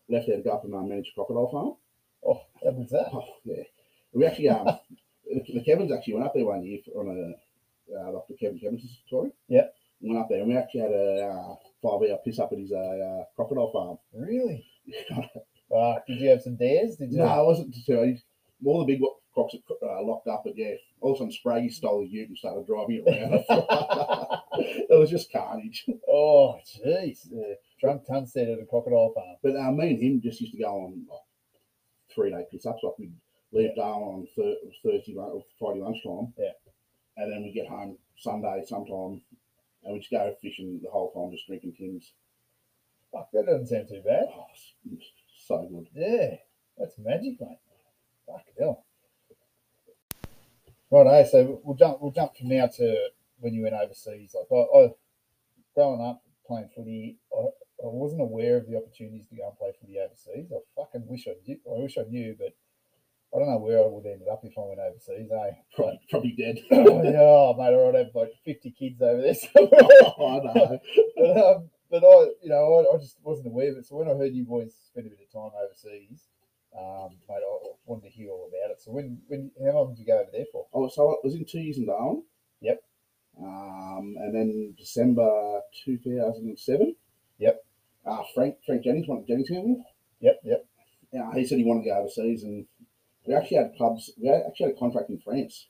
C: left out to go up and uh, manage crocodile farm.
B: Oh, that was that.
C: Oh, yeah. We actually um the, the Kevin's actually went up there one year for, on a uh, Dr. Kevin Kevin's story.
B: Yeah.
C: Went up there and we actually had a uh, five hour piss up at his uh, uh, crocodile farm.
B: Really? Uh, did you have some dares? Did you?
C: No, I wasn't deterred. All the big wo- crocs are uh, locked up, but yeah, all of a sudden Spraggy stole the ute and started driving it around. it was just carnage.
B: Oh, jeez.
C: Yeah.
B: Drunk Tunstead at a crocodile farm.
C: But uh, me and him just used to go on like three day piss ups. Like we'd leave Darwin on thir- Thursday lun- or Friday lunchtime.
B: Yeah.
C: And then we get home Sunday sometime and we'd just go fishing the whole time, just drinking tins.
B: Fuck, that doesn't sound too bad.
C: Oh, it's- it's so good.
B: Yeah, that's magic, mate. Fuck hell. Right, eh? So we'll jump. We'll jump from now to when you went overseas. Like I, I growing up playing footy, I, I wasn't aware of the opportunities to go and play footy overseas. I fucking wish I did. I wish I knew, but I don't know where I would have ended up if I went overseas, eh? But,
C: Probably, probably dead.
B: oh, mate, I would have like 50 kids over there. somewhere.
C: oh, I know.
B: but, um, but I, you know, I, I just wasn't aware of it. So when I heard you boys spend a bit of time overseas, um, mate, I I wanted to hear all about it. So when, when, how long did you go over there for?
C: Oh, so I was in two years in Darwin.
B: Yep.
C: Um, and then December 2007.
B: Yep.
C: Uh, Frank Frank Jennings, one of Jennings family.
B: Yep, yep.
C: Uh, he said he wanted to go overseas, and we actually had clubs. We had- actually had a contract in France.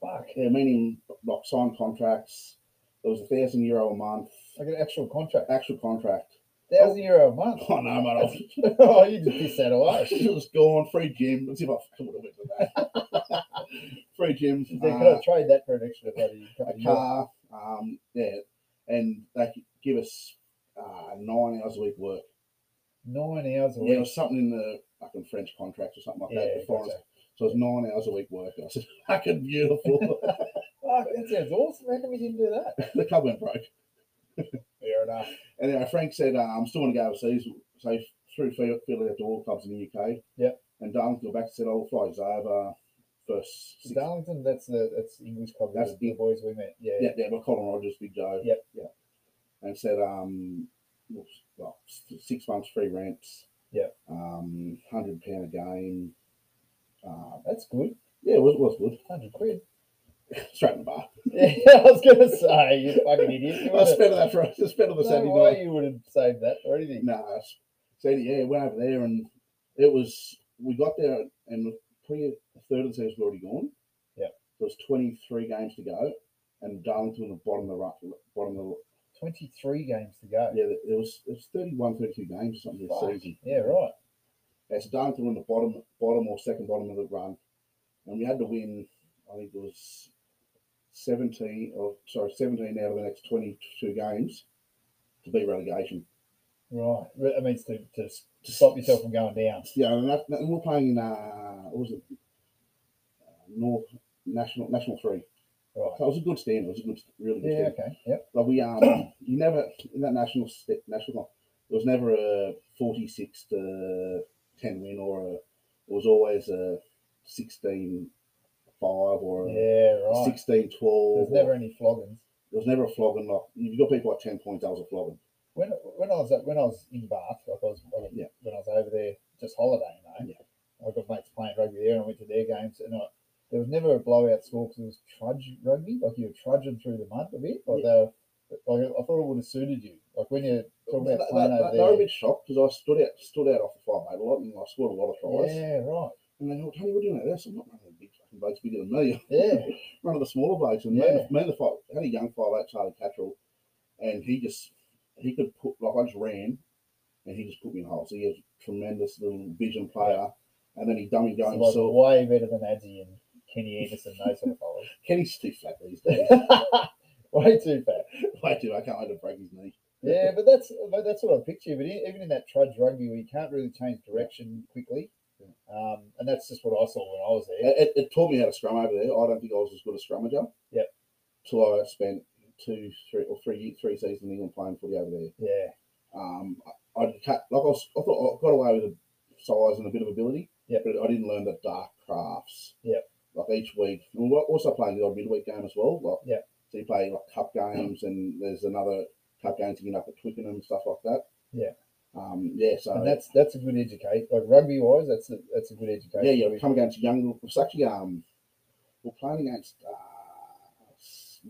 B: Fuck.
C: Yeah, meaning like signed contracts. It was a thousand euro a month
B: Like an actual contract.
C: actual contract.
B: Thousand euro a month.
C: Oh no, mate! I was-
B: oh, you just pissed that away.
C: it was gone. Free gym. Let's see if I fucking would have went to that. free gym.
B: They
C: uh,
B: could have trade that for an extra bloody couple of
C: a
B: years.
C: car, um, yeah, and they could give us uh, nine hours a week work.
B: Nine hours a
C: Yeah, it
B: week.
C: was something in the fucking French contract or something like that.
B: Yeah,
C: the foreign-
B: gotcha.
C: So it was nine hours a week work. And I said, fucking beautiful.
B: Fuck, that sounds awesome. How come we didn't do that?
C: the club went broke.
B: Fair enough.
C: And then Frank said, uh, I'm still going to go overseas. So through Field, Field out to all clubs in the UK.
B: Yep.
C: And Darling got back and said, I'll fly you over first. Six,
B: Darlington, that's the that's the English club.
C: That's
B: That's the
C: big.
B: boys we met. Yeah.
C: yeah, yeah, but Colin Rogers, Big Joe.
B: Yep.
C: Yeah. And said, um, well, s- six months free rents.
B: Yep.
C: Um, hundred pound a game. Uh,
B: That's good.
C: yeah, it was, it was good.
B: Hundred quid.
C: Straight in the bar.
B: Yeah, I was gonna say, you fucking idiot. You
C: I
B: would have,
C: spent on that for I spent on the
B: no
C: Saturday
B: way
C: night.
B: you would have saved that or anything.
C: Nah, s- so yeah, went over there and it was. We got there and probably a third of the season was already gone.
B: Yep.
C: There was twenty three games to go, and Darlington were the bottom of the rut, bottom of
B: Twenty three games to go.
C: the yeah. It was it was 31, 32 games or something this
B: Fuck.
C: season.
B: Yeah, right.
C: Yeah, so Darlington were in the bottom, bottom or second bottom of the run, and we had to win. I think it was seventeen or sorry, seventeen out of the next twenty-two games to beat relegation.
B: Right. Re- I mean it's to, to s- to stop yourself from going down.
C: Yeah, and, that, and we're playing in uh, what was it? Uh, North National National Three.
B: Right.
C: So it was a good stand. It was a good, really good
B: Yeah,
C: stand.
B: okay. Yep.
C: But we um, you never in that national st- national. There was never a forty-six to ten win, or a, it was always a 16-5 or a
B: Yeah, right.
C: 16-12.
B: There's never any floggings.
C: there was never a flogging. Like you've got people at ten points. That was a flogging.
B: when when I was at, when I was in Bath, like I was when I-
C: Yeah.
B: when I was over there just holidaying, though, I got mates playing rugby there, and I went to their games, and I, there was never a blowout score because it was trudge rugby, like you were trudging through the mud a bit, like they were, like I thought it would have suited you, like when you're talking
C: They,
B: about
C: they-
B: playing
C: they-
B: over
C: they were a
B: there.
C: bit shocked because I stood out stood out off the fire mate a lot, and I scored a lot of tries.
B: Yeah, right.
C: And they go, Tony, we're doing like this. I'm not running the big fucking blokes bigger than me.
B: Yeah,
C: one of the smaller blokes, and
B: Yeah.
C: man, man, the fight had a young fight out Charlie Cattrell, and he just he could put like I just ran, and he just put me in holes. He has tremendous little vision player, and then he dummy
B: so
C: go
B: like
C: himself.
B: way better than Adzi and Kenny Anderson, those sort of
C: Kenny's too flat these days.
B: fellas. way too fat.
C: Way too. I can't wait to break his knee.
B: Yeah, but that's but that's what I picture. But e- even in that trudge rugby, where you can't really change direction quickly,
C: Yeah.
B: um, and that's just what I saw when I was there.
C: It, it, it taught me how to scrum over there. I don't think I was as good a scrummager.
B: Yep.
C: Till I spent two, three, or three, three seasons in England playing footy over there.
B: Yeah,
C: Um, I, I cut like I, was, I thought I got away with the size and a bit of ability,
B: Yep.
C: but I didn't learn the dark crafts.
B: Yep.
C: Like each week, and we're also playing the odd midweek game as well. Like,
B: Yep.
C: So you play like cup games, and there's another cup game to get up at Twickenham and stuff like that.
B: Yeah.
C: Um. Yeah. So
B: and that's that's a good educate. Like rugby wise, that's a, that's a good education.
C: yeah, yeah. We come against young. It's actually um, we're playing against uh, S-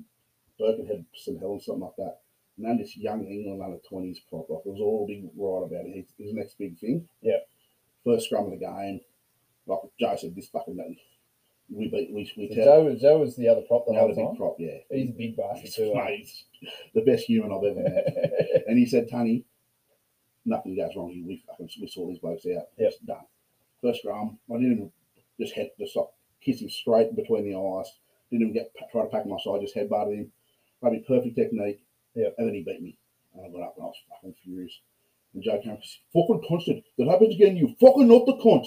C: Birkenhead, St Helens, something like that. And then this young England under twenties prop, like it was all big right about it. It was the next big thing.
B: Yeah.
C: First scrum of the game, like Joe said, this fucking that we beat we we
B: So
C: tell
B: Joe, Joe was the other prop the
C: another
B: whole
C: big
B: time.
C: prop, yeah.
B: He's a big bastard
C: He's-
B: too. eh?
C: mate, he's the best human I've ever met. And he said, Tony, nothing goes wrong. We fucking we saw these blokes out.
B: Yep.
C: It's done. First round, I didn't even just head just like kiss him straight in between the eyes. Didn't even get try to pack him side. Just headbutted him. Probably perfect technique.
B: Yep.
C: And then he beat me. And I got up and I was fucking furious. And Joe came, fucking constant. That happens again. You fucking not the cunt.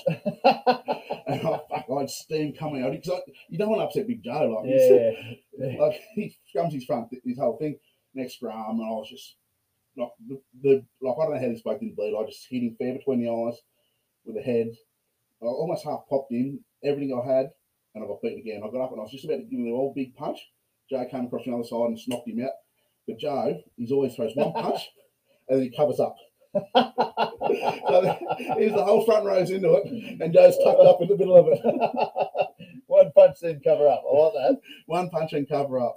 C: and I fuck, I had steam coming out because you don't want to upset Big Joe like this.
B: yeah,
C: Like he scrums his front, his whole thing. Next scrum, and I was just like the, the like I don't know how this bloke didn't bleed. I just hit him fair between the eyes with the head. I I almost half popped in everything I had, and I got beaten again. I got up and I was just about to give him the old big punch. Joe came across the other side and knocked him out. But Joe, he's always throws one punch, and then he covers up. so he's the whole front rows into it, and Joe's tucked up in the middle of it.
B: One punch then cover up. I like that.
C: One punch and cover up.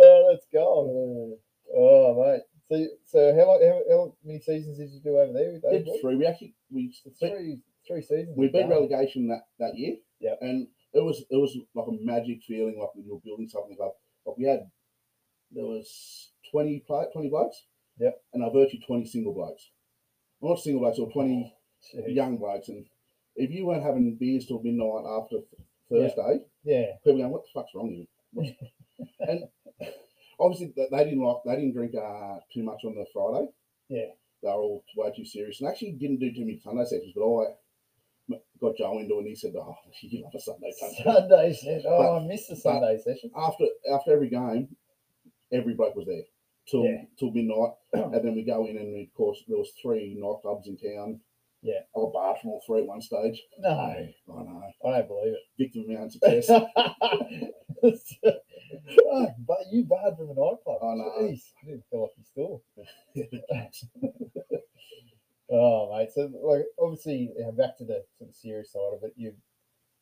B: Oh, that's gone. Oh, mate. So, so how, long, how, how many seasons did you do over there? With those
C: Did
B: boys?
C: three. We actually we
B: three, three seasons.
C: we beat
B: Wow.
C: relegation that, that year.
B: Yeah.
C: And it was it was like a magic feeling like when you're building something like like we had there was 20 play, 20 blokes.
B: Yeah.
C: And I virtually 20 single blokes. Not single blokes or 20
B: Jeez.
C: young blokes. And if you weren't having beers till midnight after Thursday,
B: Yeah.
C: people going, What the fuck's wrong with you? What's- and obviously they they didn't like they didn't drink uh, too much on the Friday
B: Yeah.
C: they were all way too serious and actually didn't do too many Sunday sessions. But I m- got Joe into it and he said, Oh, you love a Sunday session.
B: Sunday session. Oh, I missed the Sunday session.
C: after after every game, every bloke was there till
B: Yeah.
C: till midnight. and then we go in and of course there was three nightclubs in town.
B: Yeah.
C: I got barred from all three at one stage.
B: No,
C: I
B: I
C: know.
B: don't believe it.
C: Victim of my own success.
B: oh, but you barred from a nightclub.
C: I know.
B: Jeez, Oh, I didn't feel like you still. Oh, mate. So, like, obviously, yeah, back to the sort of serious side of it. You,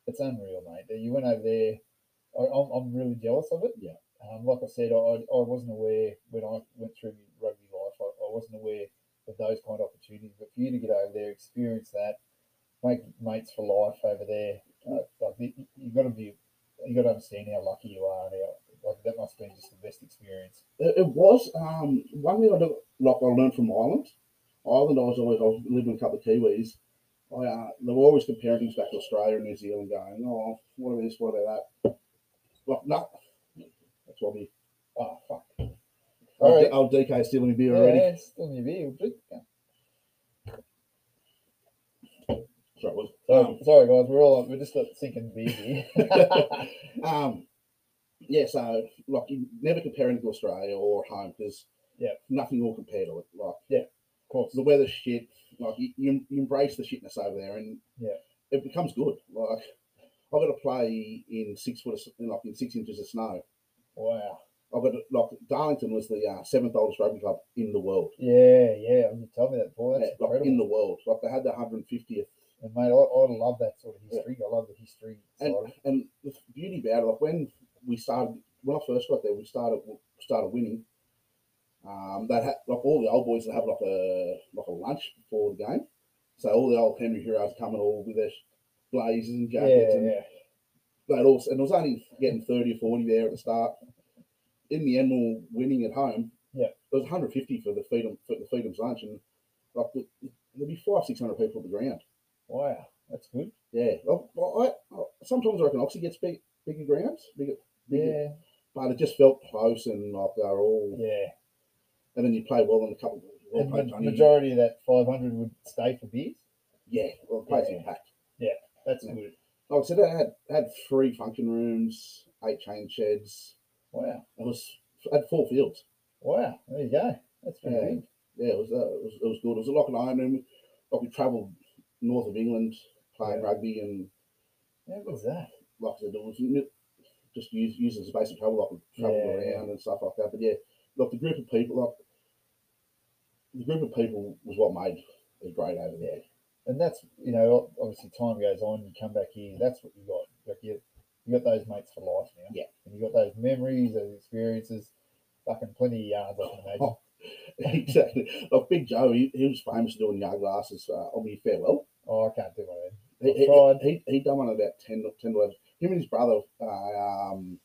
B: it's unreal, mate. That you went over there. I, I'm, I'm really jealous of it.
C: Yeah.
B: Um, like I said, I, I I wasn't aware when I went through rugby life. I, I wasn't aware of those kind of opportunities. But for you to get over there, experience that, make mates for life over there, uh, like you, you got to be, you got to understand how lucky you are. And how, like that must have been just the best experience.
C: It, it was um, one thing I do, like I learned from Ireland. Ireland, I was always I was living with a couple of Kiwis. I, uh, they were always comparing things back to Australia and New Zealand, going, "Oh, what about this? What about that?" Well, no, that's what we.
B: Oh fuck!
C: All
B: All
C: right,
B: right.
C: old DK stealing beer
B: Yeah,
C: Oh, already.
B: it's still in your beer, drink it.
C: Sorry, it was-
B: Sorry,
C: um,
B: sorry guys, we're all we're just like sinking beer here.
C: um, yeah, so like you never compare anything to Australia or home because
B: Yeah.
C: nothing will compare to it. Like
B: of course.
C: the weather's shit. Like you, you you embrace the shitness over there, and
B: Yeah.
C: it becomes good. Like I've got to play in six foot, of, s- like in six inches of snow.
B: Wow.
C: I've got to, like Darlington was the uh, seventh oldest rugby club in the world.
B: Yeah, yeah. You told me that before. That's
C: Yeah, like, in
B: incredible.
C: the world, like they had the 150th,
B: And mate, I, I love that sort of history. I love the history side
C: and
B: of it.
C: and the beauty about it, like when we started, when I first got there, we started started winning. Um, that had like all the old boys that have like a like a lunch before the game, so all the old Henry heroes coming all with their blazers and jackets,
B: Yeah,
C: and
B: yeah.
C: But also, and it was only getting 30 or 40 there at the start. In the end, we were winning at home.
B: Yeah.
C: It was 150 for the freedom for the freedom's lunch, and like the, there'd be five, six hundred people at the ground.
B: Wow. That's good.
C: Yeah. Well, well, I, I sometimes I reckon Oxy gets big, bigger grounds, bigger, bigger,
B: Yeah.
C: but it just felt close and like they were all.
B: Yeah.
C: And then you play well in a couple. Well
B: And
C: played
B: the
C: Tony.
B: majority of that five hundred would stay for beers.
C: yeah. Well, plays
B: Yeah.
C: impact.
B: That's
C: Yeah.
B: good.
C: Like I said, I had I had three function rooms, eight chain sheds.
B: Wow.
C: It was I had four fields.
B: Wow. There you go. That's pretty
C: Yeah.
B: good.
C: yeah, it was, uh, it was it was good. It was a lock and iron room. Like we travelled north of England playing
B: Yeah.
C: rugby, and
B: How was that?
C: like I said, it was n- just use, using the space to travel. Like we travelled
B: Yeah, yeah.
C: around and stuff like that. But yeah, look, the group of people, like the group of people, was what made it great over there.
B: and that's you know obviously time goes on you come back here that's what you got like you, you got those mates for life now
C: Yeah.
B: and you got those memories those experiences fucking plenty of yards i can imagine
C: Oh. exactly. Like Big Joe, he, he was famous for doing yard glasses. Uh, on me farewell.
B: oh i can't do one of them
C: He,
B: I tried.
C: he, he, he done one of about 10, 10 to 11. Him and his brother uh, um,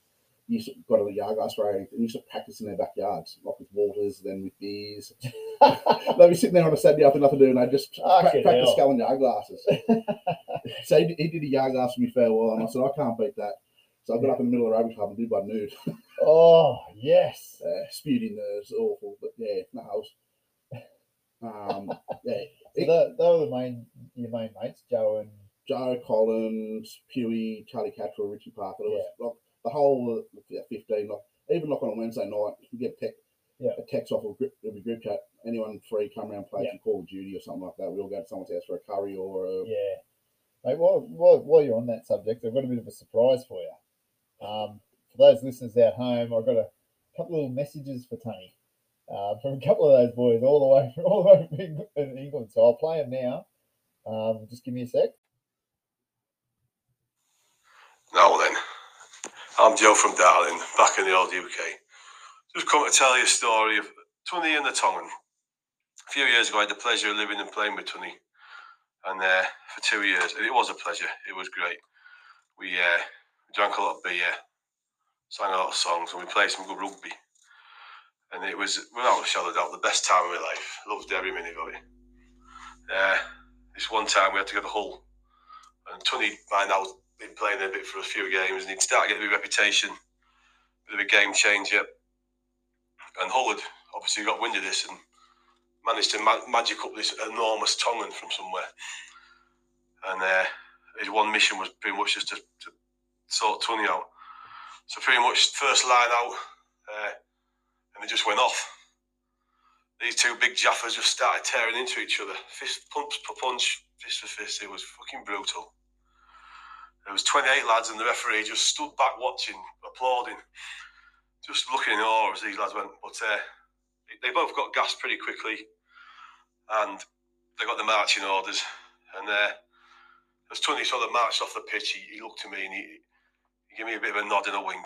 C: used to got a yard glass rating and used to practice in their backyards, like with waters, then with beers. They'd be sitting there on a Saturday after nothing to do, and they'd just pra-
B: Fucking
C: practice
B: hell.
C: sculling yard glasses. so he, he did a yard glass for me farewell, and I said, I can't beat that. So I got up in the middle of the rugby club and did one nude.
B: oh yes
C: Uh, spewed in there, it was awful, but yeah, no, I was. Um, yeah,
B: so that, they were the main your main mates joe and
C: Joe Collins, Pewey, Charlie Cattrell, uh, Richie Parker. It was like the whole of the 15, like, even like on a Wednesday night, you get a text,
B: Yeah.
C: a text off of group, it'll be group chat. Anyone free, come around, play
B: Yeah.
C: some Call of Duty or something like that. We all go to someone's house for a curry or a,
B: Yeah. Mate, while, while, while you're on that subject, I've got a bit of a surprise for you. Um, for those listeners out home, I've got a couple of messages for Tony uh, from a couple of those boys all the way from, all the way from Eng- in England. So I'll play them now. Um, just give me a sec.
D: Now then, I'm Joe from Darling, back in the old UK. Just come to tell you a story of Tunny and the Tongan. A few years ago, I had the pleasure of living and playing with Tunny, and uh, for two years, and it was a pleasure. It was great. We uh, drank a lot of beer, sang a lot of songs, and we played some good rugby. And it was, without a shadow of doubt, the best time of my life. Loved every minute of it. Uh, this one time, we had to go to Hull, and Tunny by now been playing a bit for a few games, and he'd start to get a bit of reputation, bit of a game changer. And Hull had obviously got wind of this and managed to ma- magic up this enormous Tongan from somewhere. And uh, his one mission was pretty much just to, to sort Tony out. So pretty much first line out, uh, and they just went off. These two big jaffers just started tearing into each other, fist pumps for punch, fist for fist. It was fucking brutal. There was 28 lads and the referee just stood back watching, applauding, just looking in awe as these lads went. But uh, they both got gassed pretty quickly and they got the marching orders. And uh, as Tony sort of marched off the pitch, he, he looked at me and he, he gave me a bit of a nod and a wink.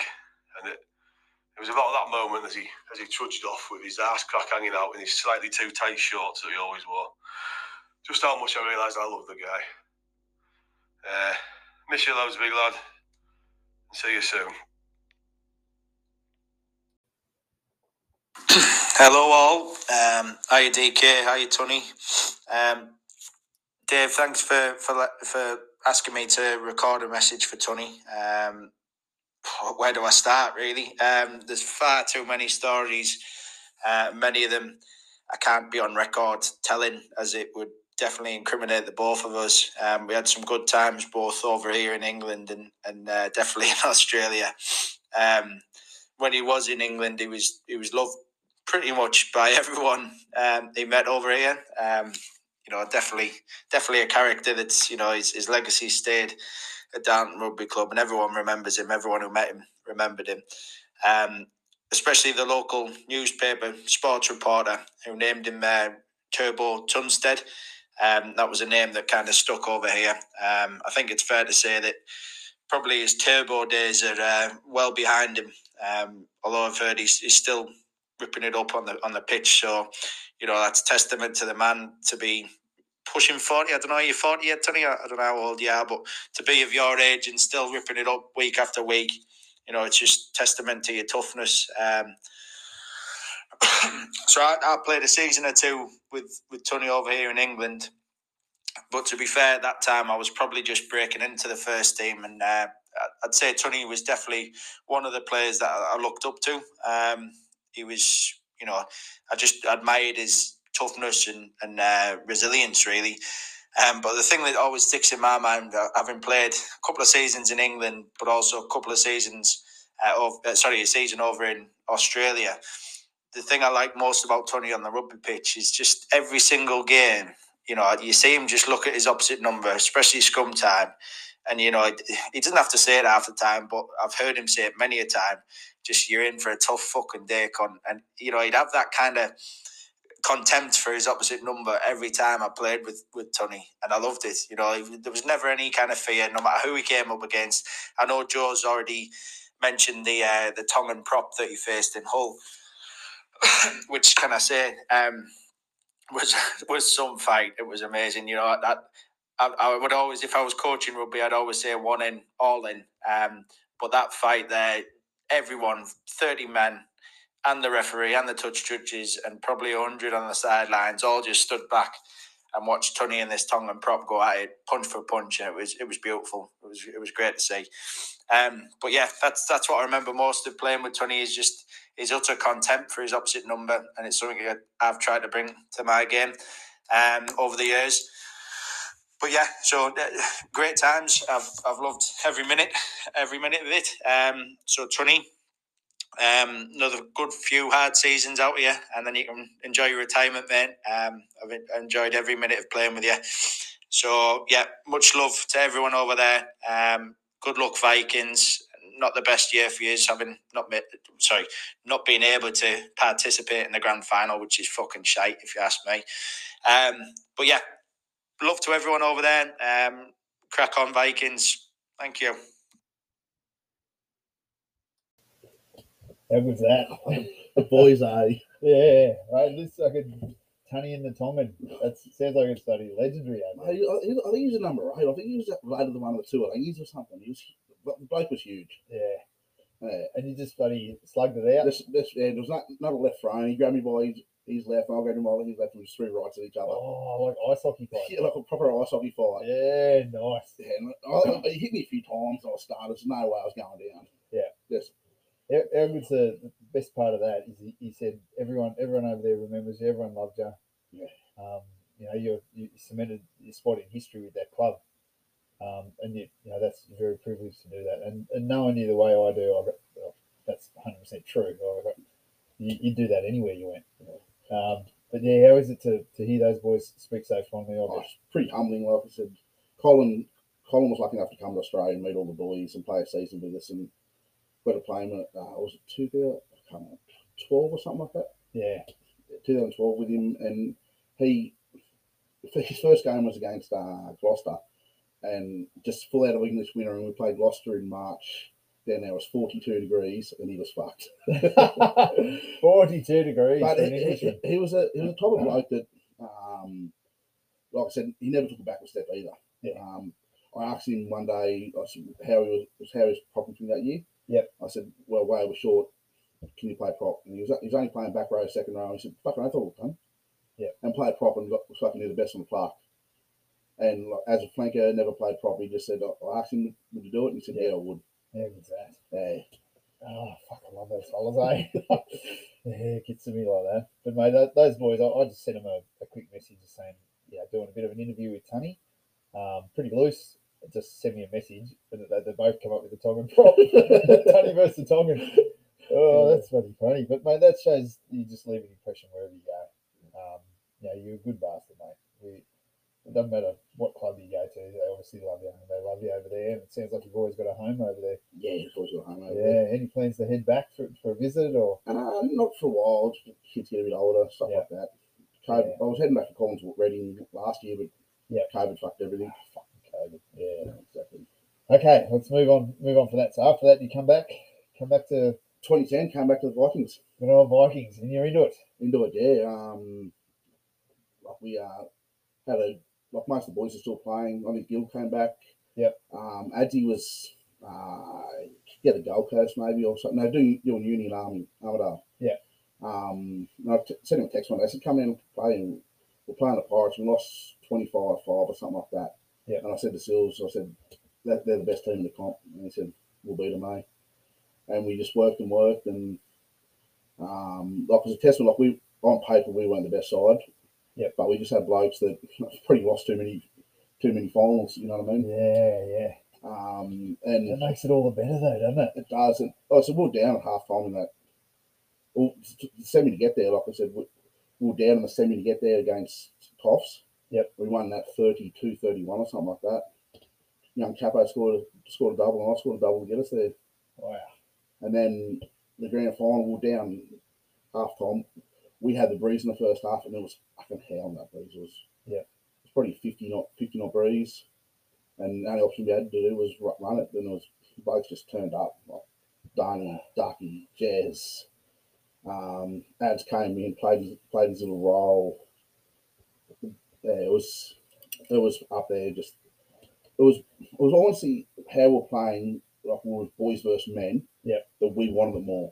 D: And it, it was about that moment as he as he trudged off with his ass crack hanging out in his slightly too tight shorts that he always wore. Just how much I realised I loved the guy. Uh, Miss you loads, big lad. See you soon.
E: Hello, all. Um, hiya, DK. Hiya, Tony. Um, Dave, thanks for, for le- for asking me to record a message for Tony. Um, where do I start, really? Um, there's far too many stories. Uh, many of them I can't be on record telling, as it would definitely incriminate the both of us. Um, we had some good times both over here in England and and uh, definitely in Australia. Um, when he was in England, he was he was loved pretty much by everyone um, he met over here. Um, you know, definitely, definitely a character that's you know his, his legacy stayed at Darlington Rugby Club, and everyone remembers him. Everyone who met him remembered him. Um, especially the local newspaper sports reporter who named him uh, Turbo Tunstead. Um, that was a name that kind of stuck over here. Um, I think it's fair to say that probably his turbo days are uh, well behind him. Um, although I've heard he's, he's still ripping it up on the on the pitch. So, you know, that's testament to the man to be pushing forty. I don't know, are you forty yet, Tony? I I don't know how old you are, but to be of your age and still ripping it up week after week, you know, it's just testament to your toughness. Um, so I, I played a season or two with with Tony over here in England. But to be fair, at that time I was probably just breaking into the first team, and uh, I- I'd say Tony was definitely one of the players that I I looked up to. Um, he was, you know, I just admired his toughness and and uh, resilience really. Um, but the thing that always sticks in my mind, uh, having played a couple of seasons in England, but also a couple of seasons, uh, of, uh, sorry, a season over in Australia. The thing I like most about Tony on the rugby pitch is just every single game. You know, you see him just look at his opposite number, especially scrum time, and you know it- he doesn't have to say it half the time, but I've heard him say it many a time just you're in for a tough fucking day, con. And you know, he'd have that kind of contempt for his opposite number every time I played with with Tony, and I loved it. You know, he- there was never any kind of fear, no matter who he came up against. I know Joe's already mentioned the uh, the Tongan prop that he faced in Hull, which can I say um, was was some fight. It was amazing. You know that. I, I would always, if I was coaching rugby, I'd always say one in, all in. Um, but that fight there, everyone, 30 men, and the referee and the touch judges, and probably 100 on the sidelines, all just stood back and watched Tony and this Tongan prop go at it punch for punch, and it was it was beautiful. It was it was great to see. Um, but yeah, that's that's what I remember most of playing with Tony is just his utter contempt for his opposite number, and it's something that I've tried to bring to my game um, over the years. But yeah, so uh, great times. I've I've loved every minute, every minute of it. Um, so Tony, Um, another good few hard seasons out here, and then you can enjoy your retirement, mate. Um, I've en- enjoyed every minute of playing with you. So yeah, much love to everyone over there. Um, good luck, Vikings. Not the best year for you, having not made, sorry, not being able to participate in the grand final, which is fucking shite if you ask me. Um, but yeah, love to everyone over there. Um, crack on, Vikings. Thank you.
B: How good's that?
C: The boys are.
B: Yeah, right. It looks like a Tunny and the Tongan. That sounds like it's bloody legendary. eh,
C: I, I
B: Out there.
C: I think he was a number eight. I think he was later than one or two. I think he was something. He was, the bloke was huge.
B: Yeah,
C: Yeah.
B: and you just bloody slugged it out.
C: This, this, yeah, there was not, not a left frame. He grabbed me by his, his left, I grabbed him by his left, and just three rights at each other.
B: Oh, like ice hockey
C: Yeah,
B: guy.
C: like a proper ice hockey fight.
B: Yeah, nice.
C: Yeah, and I, I, Oh, he hit me a few times. I started. There's no way I was going down.
B: Yeah.
C: Just,
B: How how good's E-, the, the best part of that is he, he said everyone everyone over there remembers you. Everyone loved you.
C: Yeah.
B: Um, you know you you cemented your spot in history with that club. Um, and you, you know that's you're very privileged to do that. And and knowing you the way I do, I got, well, that's 100 percent true. I got, you, you do that anywhere you went. Um, but yeah, how is it to, to hear those boys speak so fondly of
C: oh,
B: you?
C: it's pretty humbling. Like I said, Colin, Colin was lucky enough to come to Australia and meet all the boys and play a season with us. And got a play him. At, uh, was it two thousand? I can't remember, twelve or something like that.
B: Yeah,
C: 2012 with him, and he his first game was against uh, Gloucester, and just full out of English winter, and we played Gloucester in March. Then there was 42 degrees, and he was fucked.
B: 42 degrees
C: But
B: for an
C: he,
B: Englishman.
C: he- he was a he was a type of bloke that, um, like I said, he never took a backward step either.
B: Yeah.
C: Um, I asked him one day I said, how he was how he was propping from that year.
B: Yep.
C: I said, well, way over short. Can you play prop? And he was he was only playing back row, second row. And he said, fucking, I thought it was done.
B: Yep.
C: And played prop and got was fucking near the best on the park. And like, as a flanker, never played prop. He just said, I I asked him would you do it, and he said, yeah, I would.
B: How good's that?
C: Yeah.
B: Oh, fuck, I love those fellas, eh? yeah, it gets to me like that. But, mate, tho- those boys, I, I just sent them a, a quick message just saying, yeah, doing a bit of an interview with Tunny. Um, pretty loose. Just send me a message. But they, they both come up with the Tongan prop. Tunny versus the Tongan. Oh, that's bloody funny. But, mate, that shows you just leave an impression wherever you go. Um, you know, you're a good bastard, mate. We, it doesn't matter what club you go to, they obviously love you. And they love you over there. And it sounds like you've always got a home over there.
C: Yeah, he's always got a home over there.
B: Yeah, any plans to head back for, for a visit or?
C: Uh, not for a while. just Kids get a bit older, stuff
B: Yeah.
C: like that. COVID, I
B: Yeah.
C: was heading back to Collins Reading last year, but
B: Yeah.
C: COVID fucked everything.
B: COVID. Yeah.
C: Exactly.
B: Okay, let's move on. Move on for that. So after that, you come back, come back to
C: 2010 came back to the Vikings
B: good old Vikings, and you're into it.
C: into it. Yeah, um, like we uh, had a like most of the boys are still playing. I think Gil came back.
B: Yep.
C: Um, Adzi was uh, yeah, the Gold Coast maybe or something. No, doing doing uni in Army Armadale.
B: Yeah.
C: Um, and I t- sent him a text one day. I said, "Come in and play." And we're playing the Pirates. We lost twenty five five or something like that.
B: Yeah.
C: And I said to Sills, I said, that, "They're the best team in the comp." And he said, "We'll beat them, eh?" And we just worked and worked and um, like it was a testament. Like we on paper we weren't the best side.
B: Yep.
C: But we just had blokes that pretty lost too many too many finals. You know what I mean?
B: Yeah, yeah.
C: Um, and
B: That makes it all the better though, doesn't it?
C: it does. And, oh, so we're down at half time in that. Well, t- t- semi to get there, like I said, we we we're down in the semi to get there against Toffs.
B: Yep.
C: We won that 32 31 or something like that. Young Chapo scored a, scored a double, and I scored a double to get us there.
B: Wow.
C: And then the grand final, we we're down half time. We had the breeze in the first half, and it was fucking hell in that breeze. It was,
B: Yeah.
C: it was probably 50 knot, 50 knot breeze. And the only option we had to do was ru- run it. Then it was blokes just turned up like Donnie, Ducky, Jazz. Um, Ads came in, played his, played his little role. Yeah, it was it was up there. Just it was it was honestly how we're playing like we were boys versus men.
B: Yeah.
C: that we wanted it more.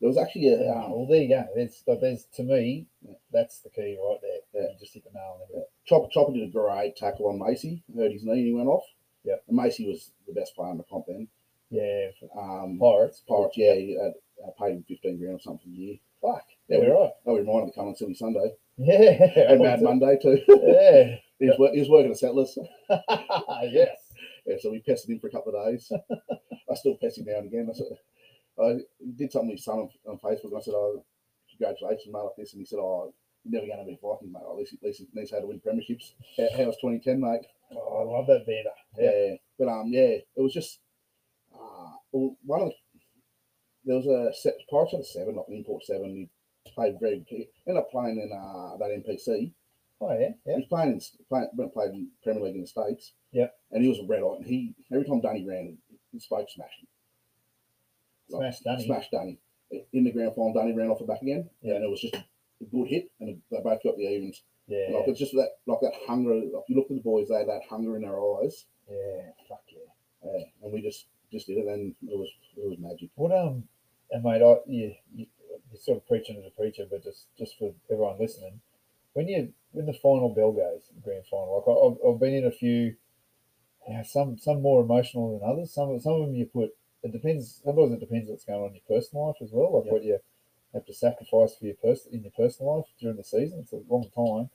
C: There was actually a
B: Ah,
C: um,
B: well, there you go. There's, but there's to me, that's the key right there.
C: Yeah.
B: You just hit the nail on the head.
C: Chopper, Chopper did a great tackle on Macy, hurt his knee and he went off.
B: Yeah.
C: And Macy was the best player in the comp then.
B: Yeah, for
C: Um,
B: Pirates.
C: Pirates, yeah, he, uh, uh, paid him 15 grand or something a year.
B: Fuck.
C: Yeah,
B: Yeah, right.
C: That was mine to come on Silly Sunday.
B: Yeah.
C: And Mad Monday too.
B: Yeah.
C: he, was, wor- he was working at Settlers.
B: yes.
C: Yeah, so we pestered him for a couple of days. I still pest him now and again. I said, I did something with his son on, on Facebook. I said, "Oh, congratulations, mate, like this," and he said, "Oh, you're never going to be a Viking, mate. At least, at least you need to to win premierships." How- How's 2010, mate?
B: Oh, I love that beater.
C: Yeah. But um, yeah, it was just uh, well, one of the, there was a set Pirates of the Seven, not an import seven. He played very he ended up playing in uh, that NPC.
B: Oh yeah, yeah.
C: He was playing in playing, played in Premier League in the States.
B: Yep.
C: And he was a red hot, and he every time Danny ran, he spoke smashing.
B: Smash Danny.
C: Smash Danny. In the grand final, Danny ran off the back again,
B: Yeah.
C: and it was just a good hit, and they both got the evens.
B: Yeah,
C: Like it's just that, like that hunger. Like you look at the boys, they had that hunger in their eyes.
B: yeah. Fuck yeah.
C: Yeah, and we just just did it, and it was it was magic.
B: What um, and mate, I, you, you you're sort of preaching to the preacher, but just just for everyone listening, when you when the final bell goes, the grand final, like I, I've, I've been in a few, yeah, some some more emotional than others. Some some of them you put. It depends. Sometimes it depends what's going on in your personal life as well, like
C: Yeah.
B: what you have to sacrifice for your person in your personal life during the season. It's a long time,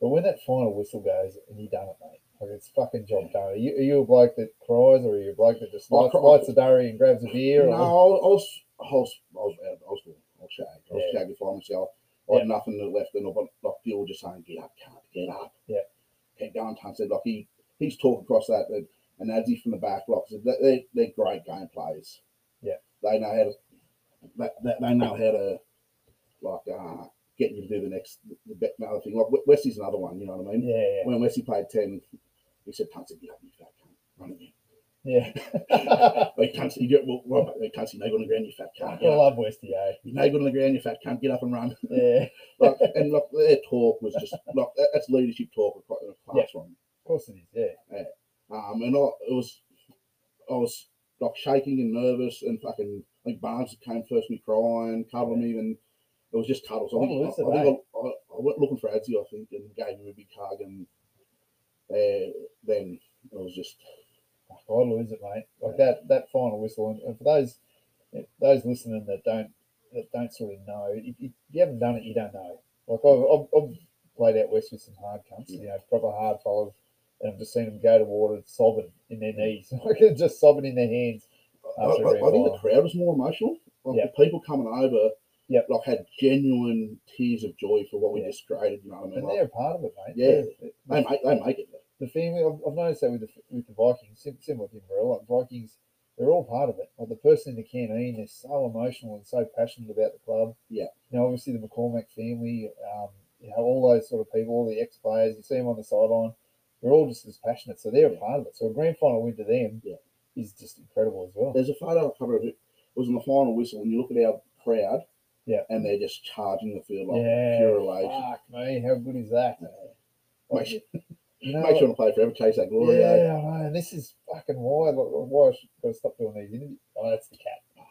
B: but when that final whistle goes and you done it, mate. Like it's fucking job done. Are you, are you a bloke that cries, or are you a bloke that just
C: I
B: lights,
C: cry.
B: lights a durry and grabs a beer?
C: no,
B: or-
C: I was I was I was I was, I was, good. I was shagged. I was
B: Yeah.
C: shagged before myself. I had
B: Yeah.
C: nothing left, and I want like the all just saying, "Get up, can't get up."
B: Yeah.
C: Keep going, Tan said. Like he he's talking across that, and, and Adzi from the back block said that they they're great game players.
B: Yeah.
C: they know how to that, that they know how to like uh, get you to do the next the, the another thing. Like Wesley's another one. You know what I mean?
B: Yeah,
C: When Wesley played ten, he said, "Tan said, get up, you fat cunt, run again."
B: yeah.
C: They can't see you. Well, well, they can't see. They go on the ground. You fat cunt.
B: I
C: Get up.
B: love Westy, eh?
C: You know, good on the ground. You fat cunt. Get up and run.
B: Yeah, of
C: Like, and look, their talk was just like that- that's leadership talk across in a classroom.
B: course it is. Yeah,
C: Um, and I it was, I was like shaking and nervous and fucking like Barnes came first, me crying, cuddling me, and it was just cuddles. I,
B: What eh?
C: think, I,
B: a loser,
C: I, think I, I, I went looking for Adsy, I think, and gave him a big hug, and uh, then it was just
B: Fuck, I lose it, mate. Like that, that final whistle. And, and for those those listening that don't that don't sort of know, if you, if you haven't done it, you don't know. Like I've, I've, I've played out west with some hard cunts, you know, proper hard fellas, and I've just seen them go to water sobbing in their knees, like they're just sobbing in their hands.
C: I,
B: After
C: I- I
B: grand
C: think
B: final.
C: the crowd was more emotional. Like
B: Yeah.
C: the people coming over,
B: Yeah.
C: like had genuine tears of joy for what we
B: Yeah.
C: just created. You know what I mean?
B: And
C: Like,
B: they're a part of it, mate.
C: Yeah.
B: They're-
C: they make they make it.
B: the family. I've, I've noticed that with the with the Vikings, sim- similar to Morel, like Vikings, they're all part of it. Like the person in the canteen is so emotional and so passionate about the club.
C: Yeah.
B: You know, obviously the McCormack family, um, you know, all those sort of people, all the ex players, you see them on the sideline, they're all just as passionate. So they're a
C: Yeah.
B: part of it. So a grand final win to them
C: Yeah.
B: is just incredible as well.
C: There's a photo I cover of it. It was in the final whistle, and you look at our crowd.
B: Yeah.
C: And they're just charging the field like pure elation.
B: yeah. Fuck me, how good is that?
C: Make sure,
B: You know,
C: make sure to play forever. Chase that glory.
B: oh, yeah,
C: eh?
B: I know, and this is fucking why. Like, why I should, got to stop doing these interviews. Oh, that's the cat.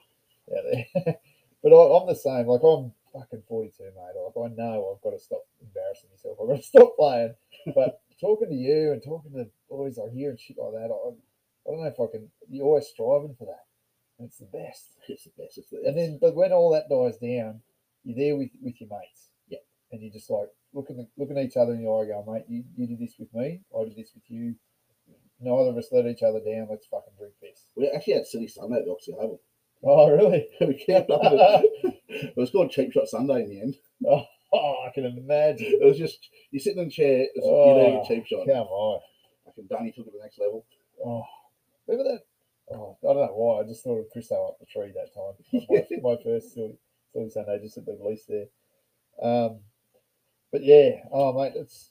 B: Yeah, there. but I, I'm the same. Like I'm fucking 42, mate. Like I know I've got to stop embarrassing myself. I've got to stop playing. But talking to you and talking to the boys I hear and shit like that, I, I don't know if I can. You're always striving for that. And it's the best.
C: It's the best. It's the,
B: And then, but when all that dies down, you're there with, with your mates.
C: Yeah.
B: And you're just like looking at, looking at each other in the eye, going, mate, you, you did this with me. I did this with you. Neither of us let each other down. Let's fucking drink this.
C: we actually had City Sunday at the Oxy Oval.
B: Oh, really?
C: we camped up. at it. it was called Cheap Shot Sunday in the end.
B: Oh, I can imagine.
C: It was just you sitting in a chair. It's, you know,
B: Oh,
C: your cheap shot.
B: Come on.
C: Fucking Danny took it to the next level.
B: Oh, remember that? Oh, I don't know why. I just thought of Christo up the tree that time. Like My, my first silly, silly Sunday, just at the release there. Um, but yeah, oh mate, it's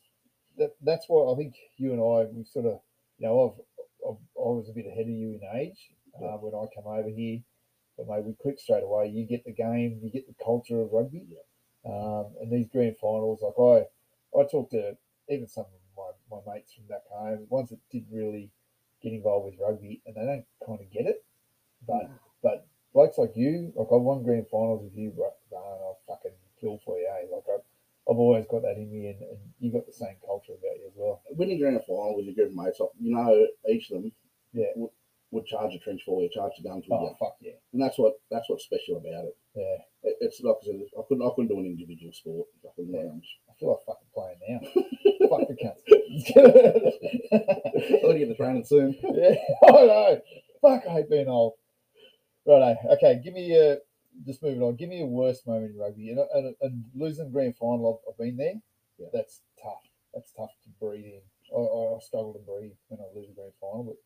B: that, that's why I think you and I we've sort of, you know, I've, I've I was a bit ahead of you in age uh, when I come over here, but mate, we clicked straight away. You get the game, you get the culture of rugby, um, and these grand finals. Like I, I talked to even some of my, my mates from back home, ones that didn't really get involved with rugby and they don't kind of get it. But but blokes like you, like I won grand finals with you, bro, bro, and I'll fucking kill for you. Eh? Like I, I've always got that in me, and, and you got the same culture about you as well.
C: winning grand final with your good mates, like, you know, each of them
B: Yeah.
C: would, would charge a trench for you, charge the guns with
B: Oh
C: you,
B: fuck yeah,
C: and that's what that's what's special about it.
B: yeah.
C: it it's like I said, I couldn't I couldn't do an individual sport. I couldn't
B: Yeah.
C: lounge.
B: I feel like fucking playing now. Fuck the cunts.
C: I'll get the training soon.
B: Oh, yeah, I know. Fuck, I hate being old. Right. Okay. Give me a just move it on. Give me a worst moment in rugby, and, and, and losing the grand final. I've, I've been there. Yeah. That's tough. That's tough to breathe in. I, I struggle to breathe when I lose a grand final. But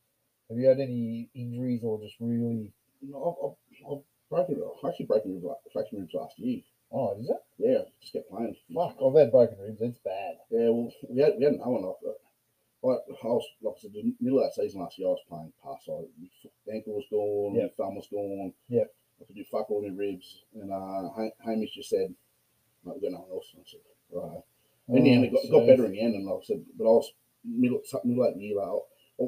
B: have you had any injuries or just really?
C: You know, I've, I've, I've broken. I actually broken ribs, la- fractured ribs last year.
B: Oh, is it?
C: Yeah, just kept playing.
B: Fuck! I've had broken ribs. It's bad.
C: Yeah, well, we had, we had another one off. But I, I was, like I said, the middle of that season last year, I was playing pass. I, ankle was gone,
B: Yeah.
C: thumb was gone.
B: Yeah.
C: I could do fuck all my ribs. And uh, Ha- Hamish just said, no, we've got no one else. And I said, right. In
B: Oh,
C: the end, it got, it got better in the end. And like I said, but I was middle, middle of the year, like, I, I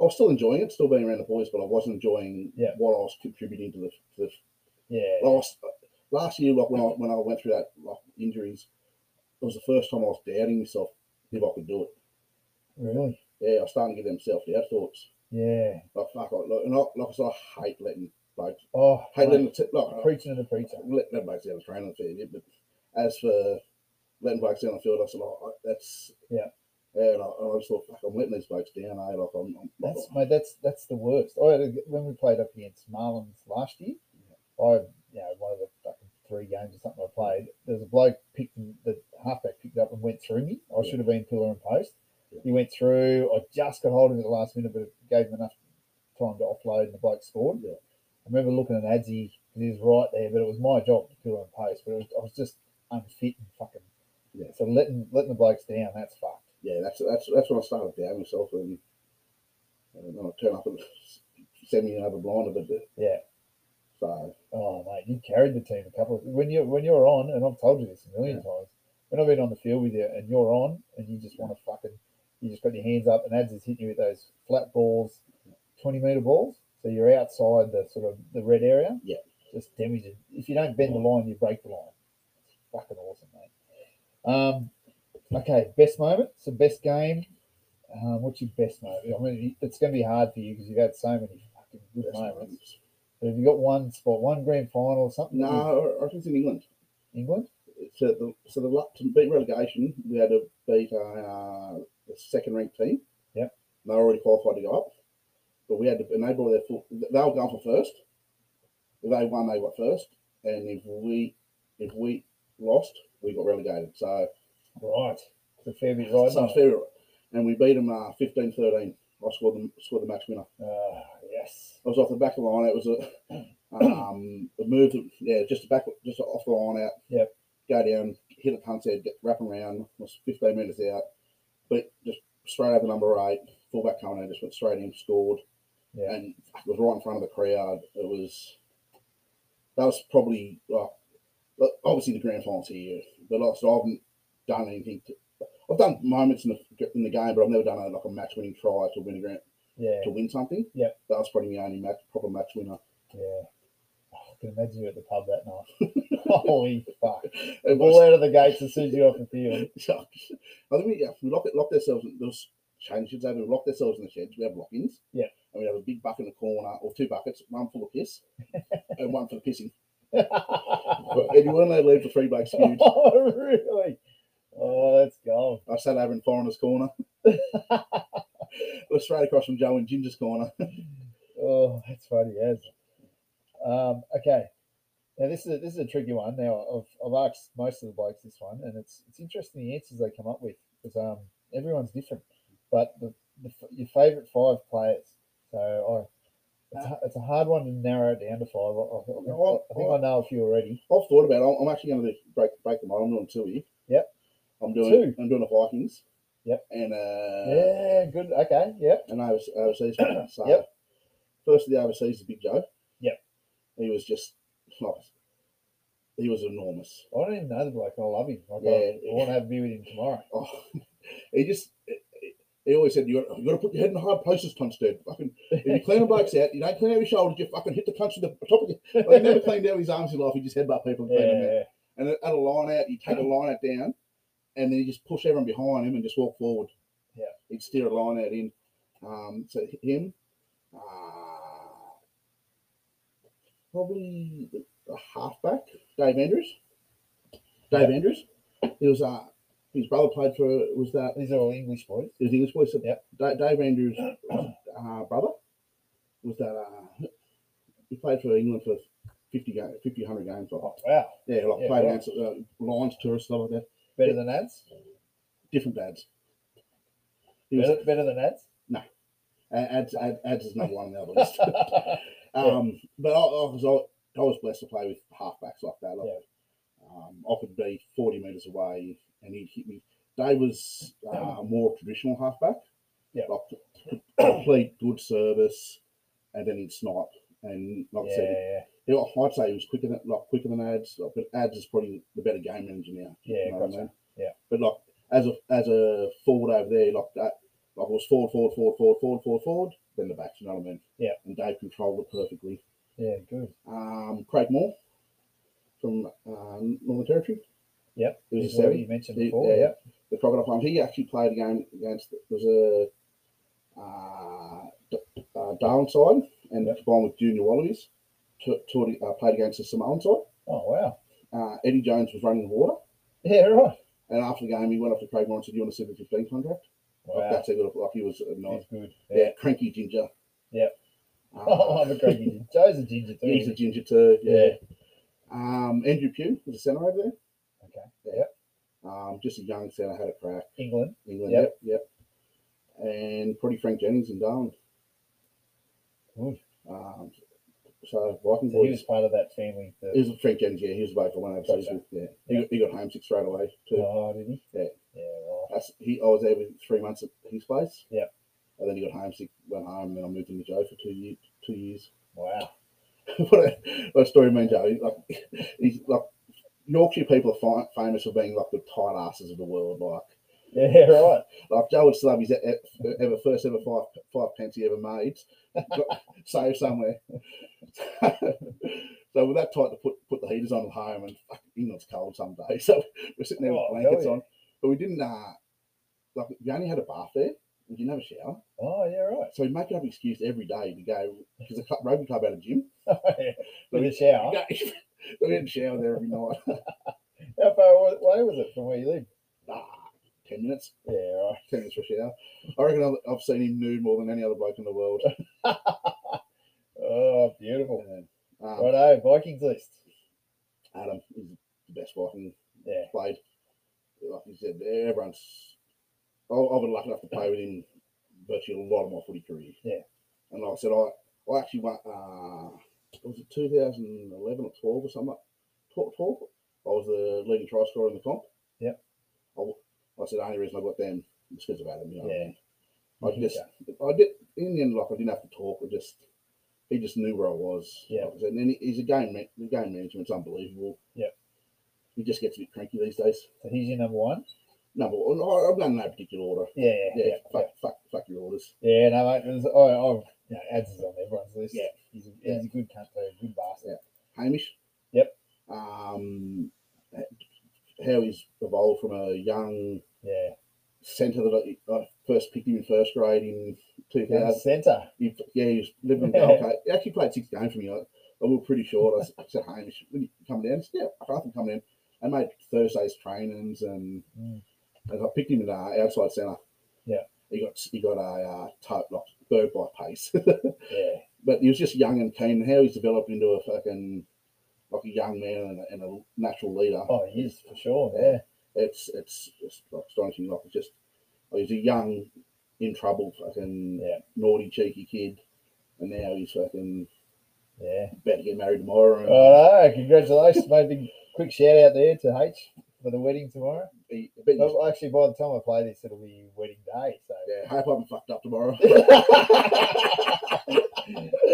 C: I was still enjoying it, still being around the boys, but I wasn't enjoying
B: Yeah.
C: what I was contributing to the, to the
B: Yeah.
C: last last year, like when I when I went through that like injuries, it was the first time I was doubting myself if I could do it.
B: Really?
C: Yeah, I was starting to give them self doubt thoughts.
B: Yeah.
C: Like fuck, I, like, and I, like I said, I hate letting blokes,
B: Oh,
C: hate letting
B: mate,
C: t- like
B: preaching to the preacher.
C: let let blokes down the train and fair bit, but as for letting blokes down the field, I said, oh, I- that's
B: Yeah.
C: Yeah, and I, and I just thought, fuck, I'm letting these blokes down, eh? Like, I'm, I'm,
B: That's mate, that's that's the worst. I had a, when we played up against Marlins last year, I you know one of the fucking three games or something I played. There was a bloke picked the halfback picked up and went through me. I
C: Yeah.
B: should have been pillar and post.
C: Yeah.
B: He went through. I just got hold of him at the last minute, but it gave him enough time to offload, and the bloke scored.
C: Yeah.
B: I remember looking at Adzi because he was right there, but it was my job to pillar and post. But it was, I was just unfit and fucking.
C: Yeah.
B: So letting letting the blokes down, that's fucked.
C: yeah, that's that's that's when I started doubting myself, and, and then I turn up and send me another blinder, but the-
B: Yeah.
C: so.
B: Oh mate, you carried the team a couple of when you when you're on, and I've told you this a million times. When I've been on the field with you, and you're on, and you just want to fucking, you just got your hands up, and Ads is hitting you with those flat balls, twenty meter balls. So you're outside the sort of the red area.
C: Yeah.
B: just damaging. If you don't bend the line, you break the line. It's fucking awesome, mate. Um, okay, best moment. So best game. Um, what's your best moment? I mean, it's going to be hard for you because you've had so many fucking good moments. But have you got one spot, one grand final or something?
C: No, I- I reckon it's in England.
B: England?
C: So the so the luck to beat relegation, we had to beat uh, the second ranked team.
B: Yep.
C: They were already qualified to go up, but we had to, and they brought their full. They were going for first. If they won, they got first, and if we if we lost, we got relegated. So
B: Right. It's a fair bit right.
C: so
B: now.
C: it's fair, and we beat them uh, 15-13. I scored the scored the match winner.
B: Ah, yes.
C: I was off the back of the line. It was a um a move that yeah, just the back just off the line out.
B: Yep.
C: Go down, hit a punt's head, get, wrap around, was fifteen minutes out, but just straight over number eight, fullback coming out, just went straight in, scored,
B: Yeah.
C: and it was right in front of the crowd. It was that was probably like but obviously the grand finals here, but like I said, I haven't done anything. To, I've done moments in the in the game, but I've never done a, like a match winning try to win a grand
B: Yeah.
C: to win something.
B: Yep.
C: That was probably my only match, proper match winner.
B: Yeah. Oh, I can imagine you at the pub that night. Holy fuck.
C: It
B: All
C: was,
B: out of the gates as soon as you're off the field.
C: so, I think we, yeah, we locked, locked ourselves in those change sheds over, we locked ourselves in the sheds. We have lock ins.
B: Yeah.
C: And we have a big bucket in the corner, or two buckets, one full of piss and one for the pissing. and you weren't allowed to leave the three blokes skewed.
B: oh, really? Oh, that's gold.
C: I sat over in Foreigner's corner. it was straight across from Joe and Ginger's corner.
B: Oh, that's funny as. Um, okay. Now this is a, this is a tricky one. Now I've, I've asked most of the blokes this one, and it's it's interesting the answers they come up with because um everyone's different. But the, the f- your favourite five players. So I
C: Ah.
B: it's, a- it's a hard one to narrow it down to five. I, I, I, I think I know a few already.
C: I've thought about it. I'm, I'm actually going to break break them all. I'm doing two here.
B: Yep.
C: I'm doing
B: Two.
C: i I'm doing the Vikings.
B: Yep.
C: And uh,
B: yeah, good. Okay, yeah,
C: and overseas, overseas player. So
B: Yep.
C: first of the overseas is Big Joe.
B: Yep.
C: He was just like he was enormous.
B: I don't even know the bloke. I love him. Like,
C: Yeah.
B: I, want to have a beer with him tomorrow.
C: Oh, he just he always said you got you got to put your head in the high places, punch dude. Fucking if you clean the blokes out, you don't clean out his shoulders, you fucking hit the punch with the top of your. Like, he never cleaned out his arms in life. He just headbutt people and clean them out.
B: yeah,
C: And at a line out, you take a line out down, and then you just push everyone behind him and just walk forward.
B: Yeah.
C: He'd steer a line out in. Um, so him, uh, probably a halfback, Dave Andrews. Dave Andrews. He was uh, his brother played for was that
B: these are all English boys.
C: it was English boy. So
B: Yep.
C: Da- Dave Andrews' uh, brother was that uh, he played for England for 50, ga- 50 100 games. Like,
B: Oh, wow.
C: yeah, like
B: Yeah,
C: played
B: wow.
C: against uh, Lions tourists, stuff like that.
B: Better than ads?
C: Different dads. He was,
B: Better, better than ads?
C: ads, ads, ads is number one on the other list. Um, but I, I was I, I was blessed to play with halfbacks like that. Like, um, I could be forty meters away, and he'd hit me. Dave was uh, more traditional halfback.
B: Yeah.
C: like c- complete good service, and then he'd snipe. And like I said,
B: yeah,
C: he- I'd say he was quicker than like quicker than Ads, like, but Ads is probably the better game manager now.
B: yeah,
C: you know what
B: yeah,
C: I
B: gotcha.
C: mean?
B: Yeah.
C: But like as a as a forward over there, like that, like it was forward, forward, forward, forward, forward, forward, forward, then the backs. You know what I mean?
B: Yeah.
C: And Dave controlled it perfectly
B: Yeah, good.
C: um, Craig Moore from um, Northern Territory.
B: Yep.
C: He was
B: He's
C: a
B: already
C: seven.
B: mentioned
C: He-
B: before.
C: yeah,
B: Yeah,
C: The Crocodile Farm. He actually played a game against there was a uh, D- uh, Darwin side and
B: Yep.
C: combined with Junior Wallabies. T- t- uh, played against the Samoan side.
B: Oh, wow.
C: Uh, Eddie Jones was running the water,
B: Yeah, right.
C: and after the game, he went up to Craig Moore and said, "You want a seven fifteen contract?" Like,
B: Wow.
C: that's a good. Like he was a nice,
B: He's good.
C: yeah.
B: Yeah.
C: cranky ginger.
B: Yep. Oh,
C: Uh,
B: I'm a great ginger. Joe's a ginger too.
C: he's a
B: isn't he?
C: ginger too.
B: Yeah.
C: Um, Andrew Pugh was a centre over there.
B: Okay.
C: Um, just a young centre had a crack.
B: England.
C: England,
B: Yep.
C: yep, yep. And probably Frank Jennings and Darwin.
B: Good.
C: Um, so Viking
B: So he was
C: boys.
B: part of that family. That,
C: It was Frank Jennings, yeah, he was away for one overseas.
B: Gotcha.
C: Yeah,
B: Yeah.
C: He, got, he got homesick straight away. Too.
B: oh, did he?
C: Yeah.
B: Yeah, right.
C: That's, he, I was there with three months at his place.
B: Yeah.
C: And then he got homesick, went home, and then I moved him to Joe for two years. Two years.
B: Wow.
C: what, a, what a story, man, Joe. He's Like, he's like Yorkshire people are fi- famous for being like the tight asses of the world. Like,
B: Yeah, right.
C: Like Joe would slab his e- e- ever first ever five five pence he ever made, got saved somewhere. so we're that tight to put, put the heaters on at home, and fuck, England's cold some days. So we're sitting there
B: Oh,
C: with blankets
B: hell yeah.
C: on, but we didn't. Uh, like we only had a bath there. We didn't have a shower,
B: Oh, yeah, right.
C: so we'd make up an excuse every day to go because the club, rugby club had a gym.
B: With a shower.
C: So we didn't shower there every night.
B: How far wa- away was it from where you live?
C: Ah, ten minutes,
B: Yeah, right.
C: ten minutes for a shower. I reckon I've, I've seen him nude more than any other bloke in the world.
B: Oh, beautiful.
C: Um, um,
B: Righto, Vikings list.
C: Adam is the best Viking
B: Yeah.
C: played. Like you said, everyone's. I- I've been lucky enough to play with him virtually a lot of my footy career.
B: Yeah.
C: And like I said, I, I actually went, uh, was it 2011 or 12 or something? 12, 12? I was the leading try scorer in the comp.
B: Yep.
C: I, w- I said, the only reason I got them was because of Adam. You know
B: Yeah.
C: What I, mean? I just, I did, in the end, like I didn't have to talk. I just, he just knew where I was.
B: Yeah.
C: Like I said, and then he- he's a game, man- the game management's unbelievable.
B: Yep.
C: He just gets a bit cranky these days.
B: So he's your number one?
C: No, but I- I've done in no particular order.
B: Yeah,
C: Yeah,
B: yeah, yeah.
C: fuck, fuck, fuck your orders.
B: Yeah, no, mate. There's, I, I've, oh, you know, ads is on everyone's list.
C: Yeah.
B: He's, a,
C: Yeah.
B: he's a good cunt, though. Good bastard.
C: Hamish.
B: Yep.
C: Um, how he's evolved from a young
B: Yeah.
C: centre that I, I first picked him in first grade in two
B: Down the
C: thousand.
B: centre.
C: He, yeah, he was living in Gold Coast. He actually played six games for me. I, I was pretty sure. I s- I said, Hamish, when you come down, he said, yeah, I can come down. I made Thursday's trainings and
B: Mm.
C: and I picked him in uh, outside centre.
B: Yeah.
C: He got he got a uh, tote like bird by pace.
B: Yeah.
C: but he was just young and keen. How he's developed into a fucking like a young man and a, and a natural leader.
B: Oh, he is, for sure. Yeah.
C: It's it's it's astonishing. Like it's just like he's a young, in trouble, fucking
B: Yeah.
C: naughty, cheeky kid, and now he's fucking
B: Yeah.
C: about to get married tomorrow. And
B: Righto. Congratulations, mate. Big quick shout out there to H for the wedding tomorrow.
C: he, but he's-
B: Well, actually, by the time I play this, it'll be wedding day. So.
C: yeah, hope I'm fucked up tomorrow.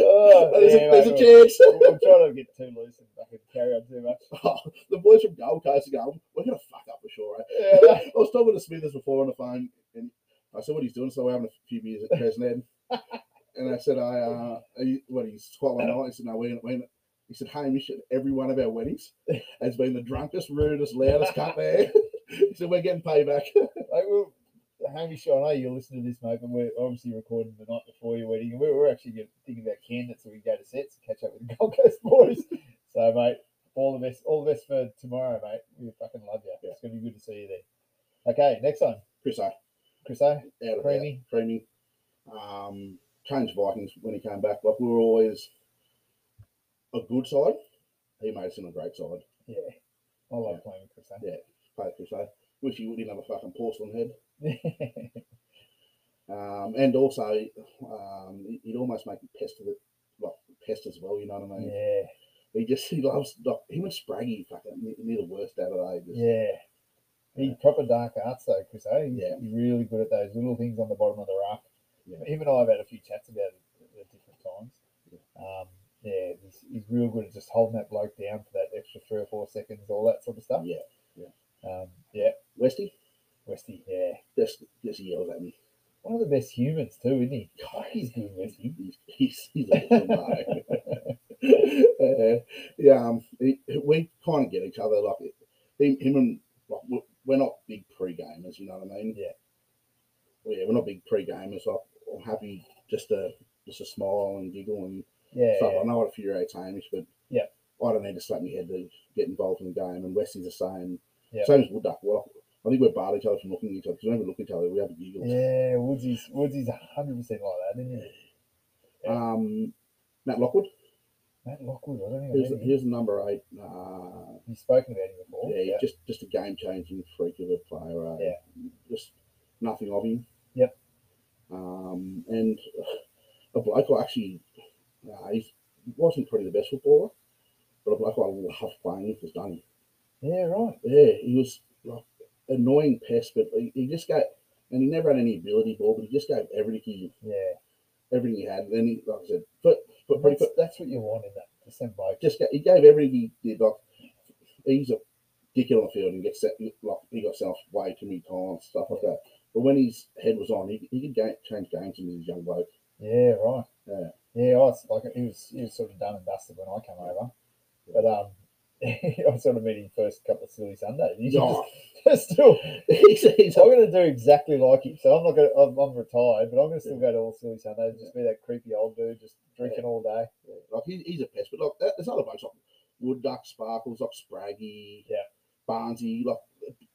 B: Oh,
C: there's,
B: yeah,
C: a, there's a
B: mate,
C: chance.
B: we'll, we'll try not to get too loose and fucking carry on too much.
C: the boys from Gold Coast are going, we're gonna fuck up for sure. eh?"
B: Yeah,
C: I was talking to Smithers before on the phone, and I said, "What he's doing?" So we're having a few beers at Cresned, and I said, "I uh, are you, what he's quite one night." He said, "No, we ain't." we ain't." He said, "Hamish, at every one of our weddings has been the drunkest, rudest, loudest cut there." he said, "We're getting payback."
B: Like, well, Hamish, I know you're listening to this, mate, but we're obviously recording the night before your wedding, and we were actually gonna- thinking about candidates so we can go to sets and catch up with the Gold Coast boys. so, mate, all the best, all the best for tomorrow, mate. We fucking love you. It's gonna be good to see you there. Okay, next one,
C: Chris, O, out
B: Chris O.
C: of creamy,
B: Creamy.
C: creamy. Um, changed Vikings when he came back. Like we were always a good side, he made us in a great side.
B: Yeah. I love playing with Chris. eh?
C: Play it so. Wish he wouldn't have a fucking porcelain head.
B: yeah,
C: Um, and also, um, he- he'd almost make me pester the like pest as well. You know what I mean? He just he loves like him and Spraggy fucking ne- near the worst out of they. Just,
B: yeah. He proper dark arts though, Chris. Eh? He's
C: Yeah.
B: really good at those little things on the bottom of the raft.
C: Yeah.
B: Him and I have had a few chats about it at- at different times.
C: Yeah.
B: Um, yeah, he's, he's real good at just holding that bloke down for that extra three or four seconds, all that sort of stuff.
C: Yeah.
B: Um, yeah,
C: Westy
B: Westy. Yeah,
C: just just yells at me.
B: one of the best humans too, isn't he? Fuck, he's good, Westy.
C: He's he's, he's a little mate. Uh, yeah, um, he- we kind of get each other. Like him, him and like we- we're not big pre-gamers. You know what I mean?
B: Yeah.
C: Well, yeah, we're not big pre-gamers. Like I'm happy just to just a smile and giggle and
B: Yeah,
C: stuff.
B: yeah.
C: I know it infuriates Hamish, but
B: Yeah.
C: I don't need to slap my head to get involved in the game. And Westy's the same.
B: Yeah.
C: Same as Woodduck. Well, I think we're barred each other from looking at each other because we don't even look at each other. We have a giggle.
B: yeah. Woodsy's Woodsy's hundred percent like that, isn't he? yeah.
C: Um, Matt Lockwood.
B: Matt Lockwood. I don't think I've
C: Here's,
B: met him.
C: here's number eight. Uh,
B: You've spoken about him before.
C: yeah, just just a game changing freak of a player. Uh,
B: Yeah.
C: Just nothing of him.
B: Yep.
C: Um, and uh, a bloke who actually uh, he wasn't probably the best footballer, but a bloke who I loved playing with was Dunny.
B: Yeah, right.
C: Yeah, he was like annoying pest, but he, he just got and he never had any ability ball, but he just gave everything he
B: Yeah,
C: everything he had. And then he like I said, but but pretty
B: that's,
C: quick,
B: that's what you want in that. Just some bloke.
C: just got, he gave everything he did. Like he's a dickhead on the field and gets set, like he got self way too many times, stuff like that. But when his head was on, he, he could ga change games in his young bloke.
B: Yeah, right.
C: Yeah.
B: Yeah, I was like he was he was sort of done and dusted when I came over. But um I sort of met him first couple of silly Sundays. He's
C: No,
B: just, still
C: he's, he's
B: I'm gonna do exactly like him. So I'm not gonna I'm, I'm retired, but I'm gonna still go to all silly Sundays, just be that creepy old dude just drinking all day.
C: like he, he's a pest. But like that, there's other blokes like Wood Duck, Sparkles, like Spraggy,
B: Yeah.
C: Barnsey, like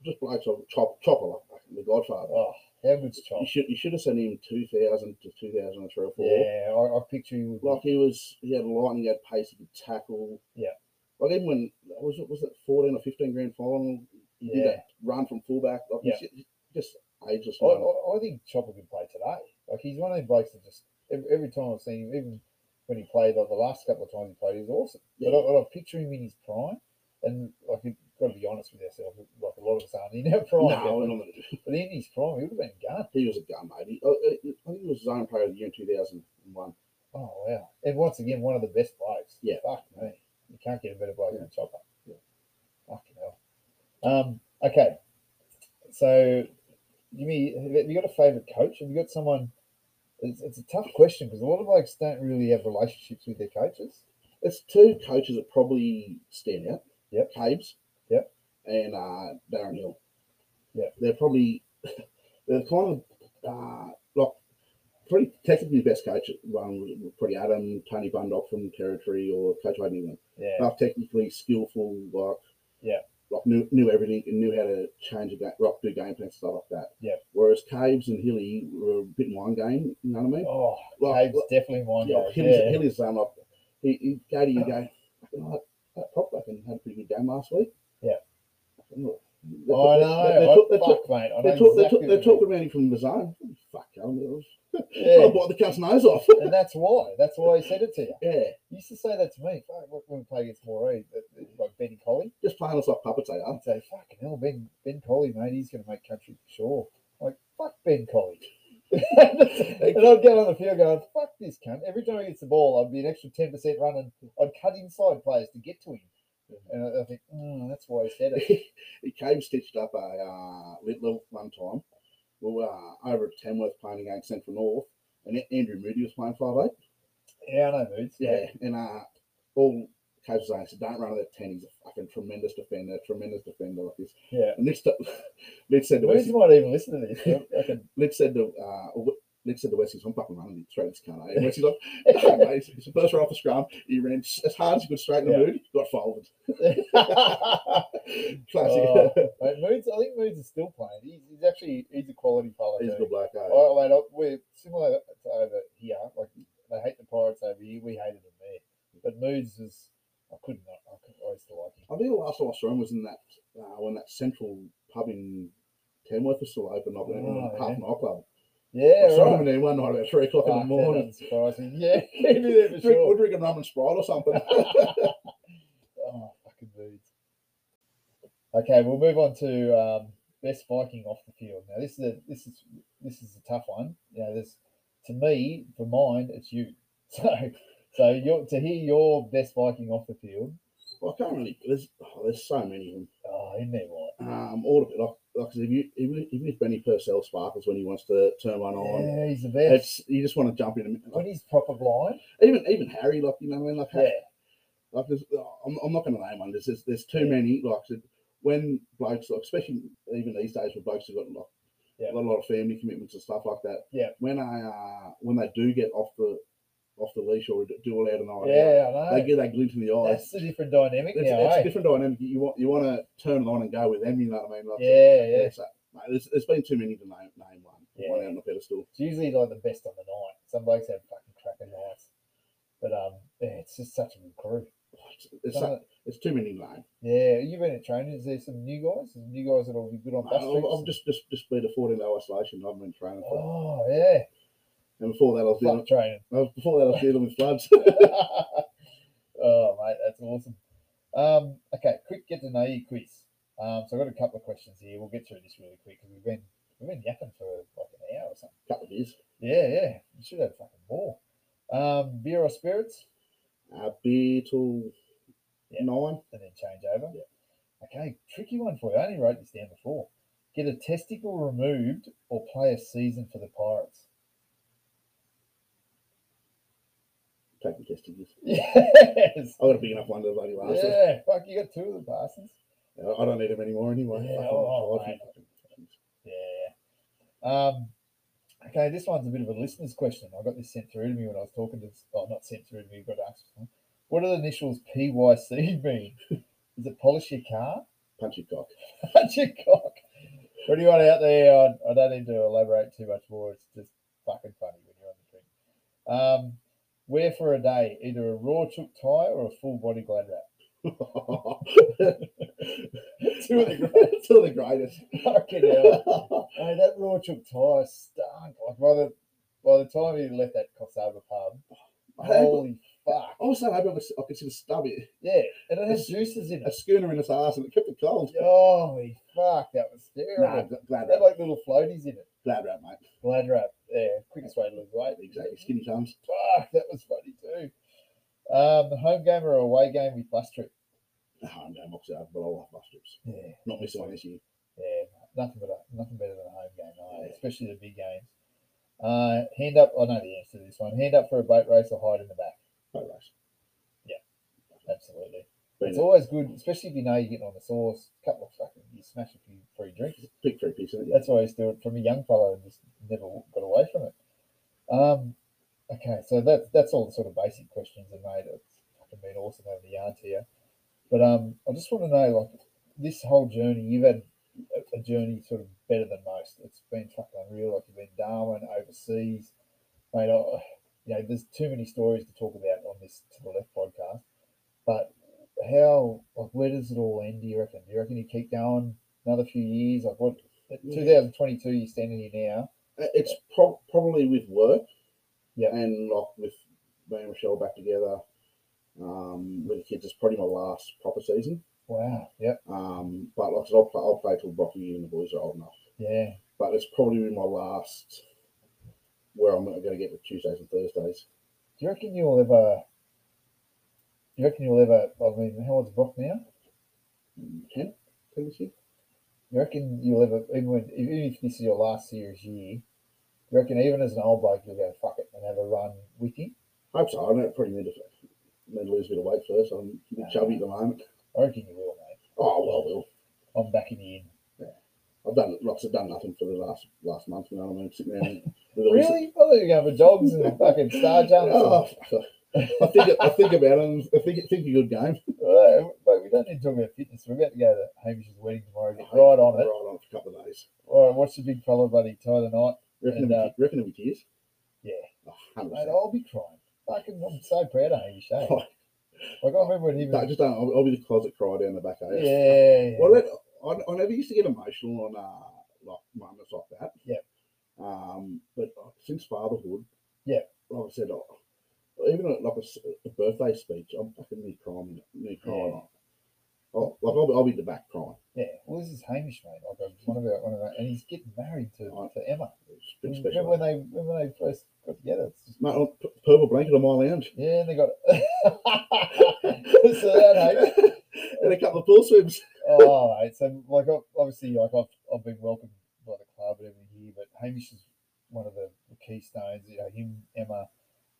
C: just blokes like Chop, Chopper, like, the Godfather.
B: Oh, how good's Chop?
C: You should you should have seen him 2000 to 2003 or four.
B: Yeah, I, I picture you would
C: Like he was, he had lightning, he had pace, he could tackle.
B: Yeah.
C: Like even when was it was it fourteen or fifteen grand final? He did
B: yeah. Oh,
C: that run from fullback. Like he's ju- just ageless.
B: I,
C: man.
B: I, I think Chopper could play today. Like he's one of those blokes that just every, every time I've seen him, even when he played, like the last couple of times he played, he was awesome. But I, but I picture him in his prime, and like you've got to be honest with yourself, like a lot of us aren't in our prime.
C: no,
B: but-
C: no, no.
B: but in his prime, he would have been gone.
C: he was a gun, mate. He, uh, uh, I think he was zone player of the year in two thousand and one.
B: Oh wow! And once again, one of the best blokes.
C: Yeah.
B: fuck me, you can't get a better bloke than Chopper.
C: Yeah.
B: Fucking hell. Um. Okay. So, give me. Have you got a favorite coach? Have you got someone? It's, it's a tough question because a lot of blokes don't really have relationships with their coaches.
C: It's two coaches that probably stand out.
B: Yep.
C: Caves.
B: Yep.
C: And uh, Darren Hill.
B: Yep.
C: They're probably they're kind of uh, like pretty technically the best coach. One was probably Adam Tony Bundock from Territory or Coach Wade England.
B: Yeah.
C: Like technically skillful, like
B: Yeah.
C: like knew, knew everything and knew how to change a game, rock do game plan stuff like that.
B: Yeah.
C: Whereas Caves and Hilly were a bit in one game. You know what I mean?
B: Oh,
C: Well,
B: Cave's
C: well,
B: definitely mine.
C: Yeah,
B: Yeah.
C: Hill is,
B: yeah.
C: Hill is um, like, he, he go to you and go, "Fucking hell, that prop fucking had a pretty good game last week.
B: Yeah.
C: I know.
B: I know.
C: They're,
B: I-
C: talk- they're, talk-
B: fuck, mate. I know
C: they're, talk- they're,
B: exactly
C: talk- they're
B: what you mean.
C: talking around him from the zone. Fuck, I was, I
B: Yeah.
C: bought the cunt's nose off.
B: and that's why. That's why he said it to you.
C: yeah,
B: He used to say that to me. Fuck, when we play against Moree, like Benny Colley,
C: just playing us like puppets, they are.
B: I'd say, fucking hell, Ben, ben Colley, mate, he's going to make country for sure. Like, fuck Ben Colley. and I'd get on the field going, fuck this cunt. Every time he gets the ball, I'd be an extra 10% running. I'd cut inside players to get to him. And I, I think, mm, that's why he said it.
C: he came stitched up a uh, Little one time. We were uh, over at Tamworth playing against Central North, and Andrew Moody was playing 5'8.
B: Yeah, I know, moods.
C: Yeah, and uh, all coaches I said, don't run at that 10. He's a fucking tremendous defender, tremendous defender like this.
B: Yeah.
C: And Lids, Lids said to
B: Moods
C: Wessie,
B: might even listen to this. I reckon.
C: Lids said to, uh, Lids said to Wessie, I'm fucking running it straight this cunt, eh? And Wessie's like, no, mate, it's- it's the first row off the scrum. He ran s- as hard as he could straight in the
B: Yeah.
C: mood, got folded.
B: Mate,
C: Classic.
B: Oh. moods, I think Moods is still playing. He's, he's actually, he's a quality fella.
C: He's a
B: too.
C: good bloke, eh?
B: Oh, mate, I- we're similar to over here. Like they hate the pirates over here, we hated them there. But Moods is I couldn't I could always like him.
C: I think the last time I saw him was in that uh, when that central pub in Tamworth was still open up there,
B: Oh,
C: oh, Park
B: yeah.
C: nightclub.
B: Yeah,
C: I saw
B: right.
C: him in there one night about three o'clock in the
B: Fuck, that
C: morning.
B: doesn't surprise me. Yeah, he'd be there for
C: Drink, We're
B: sure.
C: drinking rum and sprite or something.
B: Oh, fucking Moods. Okay, we'll move on to um, best Viking off the field. Now this is a this is this is a tough one. You know, this to me for mine it's you. So so your to hear your best Viking off the field.
C: well, I can't really. There's oh, there's so many of them.
B: Oh, in there, what?
C: Um, all of it. Like, like I said, if you, even, even if Benny Purcell sparkles when he wants to turn one on,
B: Yeah, he's the best.
C: it's you just want to jump in. and-
B: when
C: Like,
B: he's proper blind.
C: even even Harry, like you know, what I mean, like
B: Yeah,
C: like there's, I'm, I'm not going to name one. There's just, there's too
B: Yeah.
C: many. Like I said, when blokes, like, especially even these days, with blokes who've got like,
B: Yeah.
C: got a lot of family commitments and stuff like that.
B: Yeah.
C: When I uh, when they do get off the off the leash or do all out and all out,
B: yeah, I
C: they
B: know.
C: get that glint in the eyes.
B: That's a different dynamic
C: It's,
B: now,
C: it's
B: eh?
C: a different dynamic. You want you want to turn it on and go with them. You know what I mean? Like,
B: yeah, yeah.
C: so, mate, there's, there's been too many to name name one.
B: Yeah.
C: One out on the pedestal.
B: It's usually like the best on the night. Some blokes have fucking cracking nights, but um, yeah, it's just such a good crew.
C: It's, it's,
B: Some of-
C: it's too many names.
B: yeah, you've been at training. Is there some new guys? Some new guys that'll be good on bus
C: I've,
B: trips?
C: I've just just just been a 14 day isolation. I've been training for,
B: oh yeah,
C: and before that I was doing
B: fuck training.
C: Well, before that, I was dealing with floods.
B: oh mate, that's awesome. Um, okay, quick get to know you quiz. Um, so I've got a couple of questions here. We'll get through this really quick because we've been we've been yapping for like an hour or something.
C: couple of years.
B: Yeah, yeah. We should have fucking more. Um, beer or spirits,
C: Uh, beer till
B: Yeah.
C: nine.
B: and then change over. Okay, tricky one for you. I only wrote this down before. Get a testicle removed or play a season for the Pirates.
C: Take the testing years.
B: Yes.
C: I got a big enough one to bloody last. us.
B: Yeah, fuck, you got two of the Parsons.
C: I I don't need them anymore anyway.
B: Yeah,
C: Fucking-
B: oh,
C: fucking-
B: mate.
C: fucking-
B: Yeah. Um, okay, this one's a bit of a listener's question. I got this sent through to me when I was talking to. Oh, not sent through to me. Got asked. for. What do the initials PYC mean? Is it polish your car?
C: Punch your cock.
B: Punch your cock. For anyone out there, I, I don't need to elaborate too much more. It's just fucking funny when you're on the drink. Um, wear for a day either a raw chook tie or a full body glad wrap.
C: Two of the greatest. Two of the greatest.
B: Fucking hell. Hey, that raw chook tie stunk. Like by the by the time he left that Cossava pub,
C: I hope-
B: holy fuck.
C: I was so happy I was- I could see the stub it.
B: Yeah, and it has juices in
C: A
B: it.
C: schooner in its ass and it kept it cold.
B: Holy fuck, that was
C: Nah,
B: terrible.
C: gl- glad
B: They had
C: wrap.
B: like little floaties in it.
C: Glad wrap, mate.
B: Glad wrap. Yeah, quickest way to lose weight.
C: Exactly. Skinny chums.
B: Fuck, that was funny too. Um, home game or away game with bus trip?
C: Nah, I'm going box out, but I love bus trips.
B: Yeah,
C: Not missing one this year.
B: yeah, nothing but a, nothing better than a home game, eh? especially the big games. Uh, hand up. I know the answer to this one. Hand up for a boat race or hide in the back.
C: Boat race.
B: Absolutely,
C: Been
B: it's
C: there.
B: always good, especially if you know you're getting on the sauce. couple of fucking you smash a few free drinks.
C: Big three piece, isn't it?
B: That's why I used to do it from a young fellow and just never got away from it. Um, okay, so that that's all the sort of basic questions I made. It's fucking been awesome having the yarn to you. But um, I just want to know, like, this whole journey, you've had a- a journey sort of better than most. It's been fucking unreal. Like, you've been Darwin, overseas. Mate, I, you know, there's too many stories to talk about on this To The Left podcast. But how, like, where does it all end, do you reckon? Do you reckon you keep going another few years? Like, what,
C: Yeah.
B: 2022, you're standing here now.
C: Uh, It's prob probably with work,
B: Yeah.
C: and like with me and Michelle back together um, with the kids. It's probably my last proper season.
B: Wow. Yep.
C: Um, but like I said, I'll play, I'll play till Brocky and the boys are old enough.
B: Yeah.
C: But it's probably been my last where I'm going to get the Tuesdays and Thursdays.
B: Do you reckon you'll ever? Do you reckon you'll ever? I mean, how old's Brock now?
C: Ten, ten this year.
B: You reckon you'll ever? Even when, even if this is your last serious year, you reckon even as an old bloke you'll go fuck it and have a run with him?
C: Hope so. I don't probably need to, need to lose a bit of weight first. I'm a bit chubby at the moment.
B: I reckon you will, mate.
C: Oh well, well.
B: I'm backing you in.
C: I've done lots. I've done nothing for the last last month. You know what I mean? Sitting there and- with all this-
B: Really? I thought you were going for jogs and fucking star jumps.
C: Oh, I think I think about it. And I think think a good game.
B: Well, mate, we don't need to talk about fitness. We're about to go to Hamish's wedding tomorrow. Get right on
C: Right
B: it.
C: on for a couple of days.
B: All right, watch the big fella buddy tie the knot.
C: Reckon
B: And,
C: it'll
B: uh,
C: be- reckon it'll be tears.
B: yeah.
C: Oh, 100%.
B: Mate, I'll be crying. Fucking, I'm so proud of how you shave. eh? I can't remember when he
C: No,
B: was.
C: just don't. I'll, I'll be the closet cry down the back. Eh?
B: yeah.
C: Well, it, I, I never used to get emotional on uh, like moments like that.
B: Yeah.
C: Um, but uh, since fatherhood,
B: Yeah.
C: like I said, I, even at, like a, s- a birthday speech, I'm fucking near crying, near crying.
B: Yeah.
C: I'll, like I'll, be, I'll be in the back crying.
B: Yeah, well, this is Hamish, mate. Like uh, one of our, one of our, and he's getting married to,
C: Right.
B: to Emma.
C: It's pretty
B: Remember
C: special.
B: when they remember when they first got together? It's just,
C: Mate, I'll put purple blanket on my lounge.
B: yeah, and they got so that Hamish.
C: and a couple of pool swims.
B: Oh, mate. So like ob- obviously, like I've I've been welcomed by the club and everything here, but Hamish is one of the, the keystones. You know, him, Emma,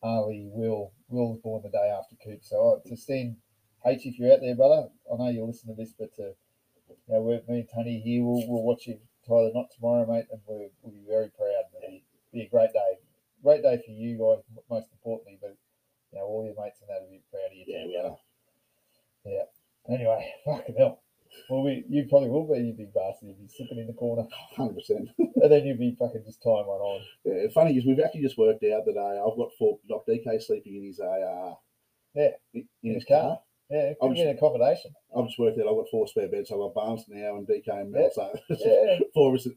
B: Ali, Will. Will was born the day after Coop. So uh, to stand H, if you're out there, brother, I know you'll listen to this, but to you know, we're, me and Tony here, we'll, we'll watch you tie the knot tomorrow, mate, and we're, we'll be very proud. It'll be a great day. Great day for you guys, m- most importantly, but you know, all your mates and that will be proud of you.
C: Yeah,
B: too,
C: we are.
B: brother. Yeah. Anyway, fucking hell. Well, we, you probably will be, you big bastard. You'll be slipping in the corner,
C: Hundred percent.
B: and then you'll be fucking just tying one on.
C: Yeah, funny is we've actually just worked out that uh, I've got four Doc DK sleeping in his uh
B: Yeah,
C: in,
B: in
C: his
B: his
C: car.
B: car. Yeah, it could
C: I'm
B: be an accommodation.
C: I've just worked out I've got four spare beds, so I've Barnes now and DK and Mel.
B: Yeah.
C: So
B: Yeah,
C: four of us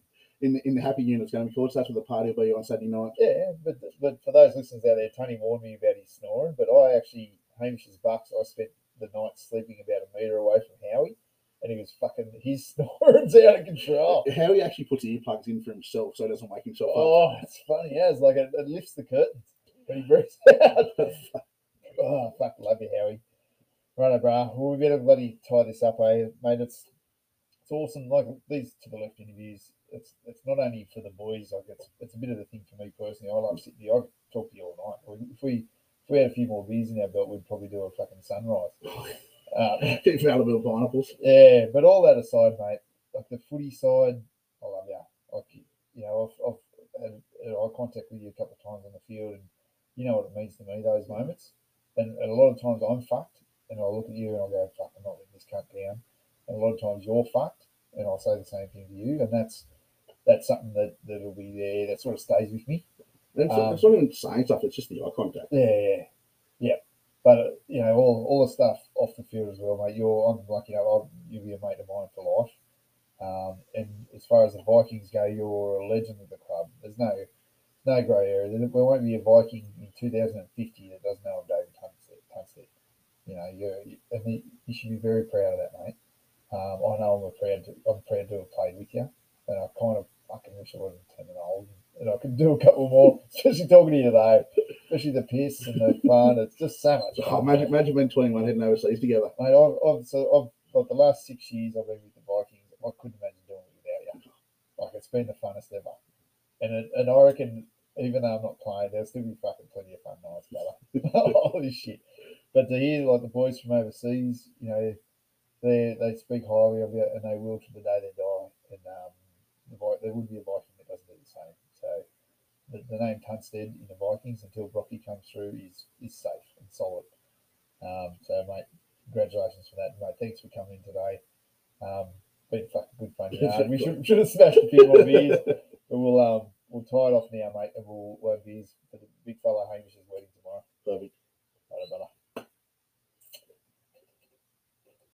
C: in the, in the happy unit's going to be called. So that's where the party will be on Saturday night.
B: yeah. But but for those listeners out there, Tony warned me about his snoring, but I actually Hamish's bucks. I spent the night sleeping about a meter away from Howie, and he was fucking his snoring's out of control.
C: How he actually puts the earplugs in for himself so he doesn't wake himself up.
B: Oh, it's funny. Yeah, it's like it, it lifts the curtains when he breathes out. oh, fuck, love you, Howie. Righto, brah. Well, we better bloody tie this up, eh, mate? It's it's awesome. Like these to the left interviews, it's it's not only for the boys. Like it's it's a bit of a thing for me personally. I like sitting here. I could talk to you all night. If we if we had a few more beers in our belt, we'd probably do a fucking sunrise. Um,
C: Keep him out of the pineapples.
B: yeah, but all that aside, mate, like the footy side, I love you. Like you know, I've, I've had had eye contact with you a couple of times on the field, and you know what it means to me those moments. And, and a lot of times I'm fucked, and I look at you and I go, "Fuck, I'm not letting this cunt down." And a lot of times you're fucked, and I'll say the same thing to you, and that's that's something that that'll be there. That sort of stays with me.
C: That's
B: Um,
C: it's not even saying stuff. It's just the eye contact.
B: Yeah, yeah, yeah. But uh, you know, all all the stuff off the field as well, mate. You're I'm lucky enough. I'll, you'll be a mate of mine for life. Um, and as far as the Vikings go, you're a legend of the club. There's no no grey area. There, there won't be a Viking in 2050 that doesn't know of David Tunstead. Tunstead. You know, you're, you, and you, you should be very proud of that, mate. Um, I know I'm a proud to, I'm proud to have played with you, and I kind of fucking wish I wasn't ten and old, and I could do a couple more, especially talking to you today, especially the piss and the fun. It's just so much.
C: Oh,
B: fun,
C: imagine,
B: mate.
C: imagine when 21 heading overseas together.
B: Mate, I've, I've, so I've, like the last six years I've been with the Vikings, I couldn't imagine doing it without you. Like, it's been the funnest ever. And it, and I reckon, even though I'm not playing, there'll still be fucking plenty of fun nights, brother. Holy shit. But to hear, like, the boys from overseas, you know, they they speak highly of you and they will to the day they die. And um, the, Vi- there would be a Viking that doesn't do the same. So the, the name Tunstead in the Vikings until Brocky comes through is, is safe and solid. Um, so, mate, congratulations for that, mate. Thanks for coming in today. Um, been fucking good fun. yarn. we should, should have smashed a few more beers, but we'll um, we'll tie it off now, mate, and we'll we'll have beers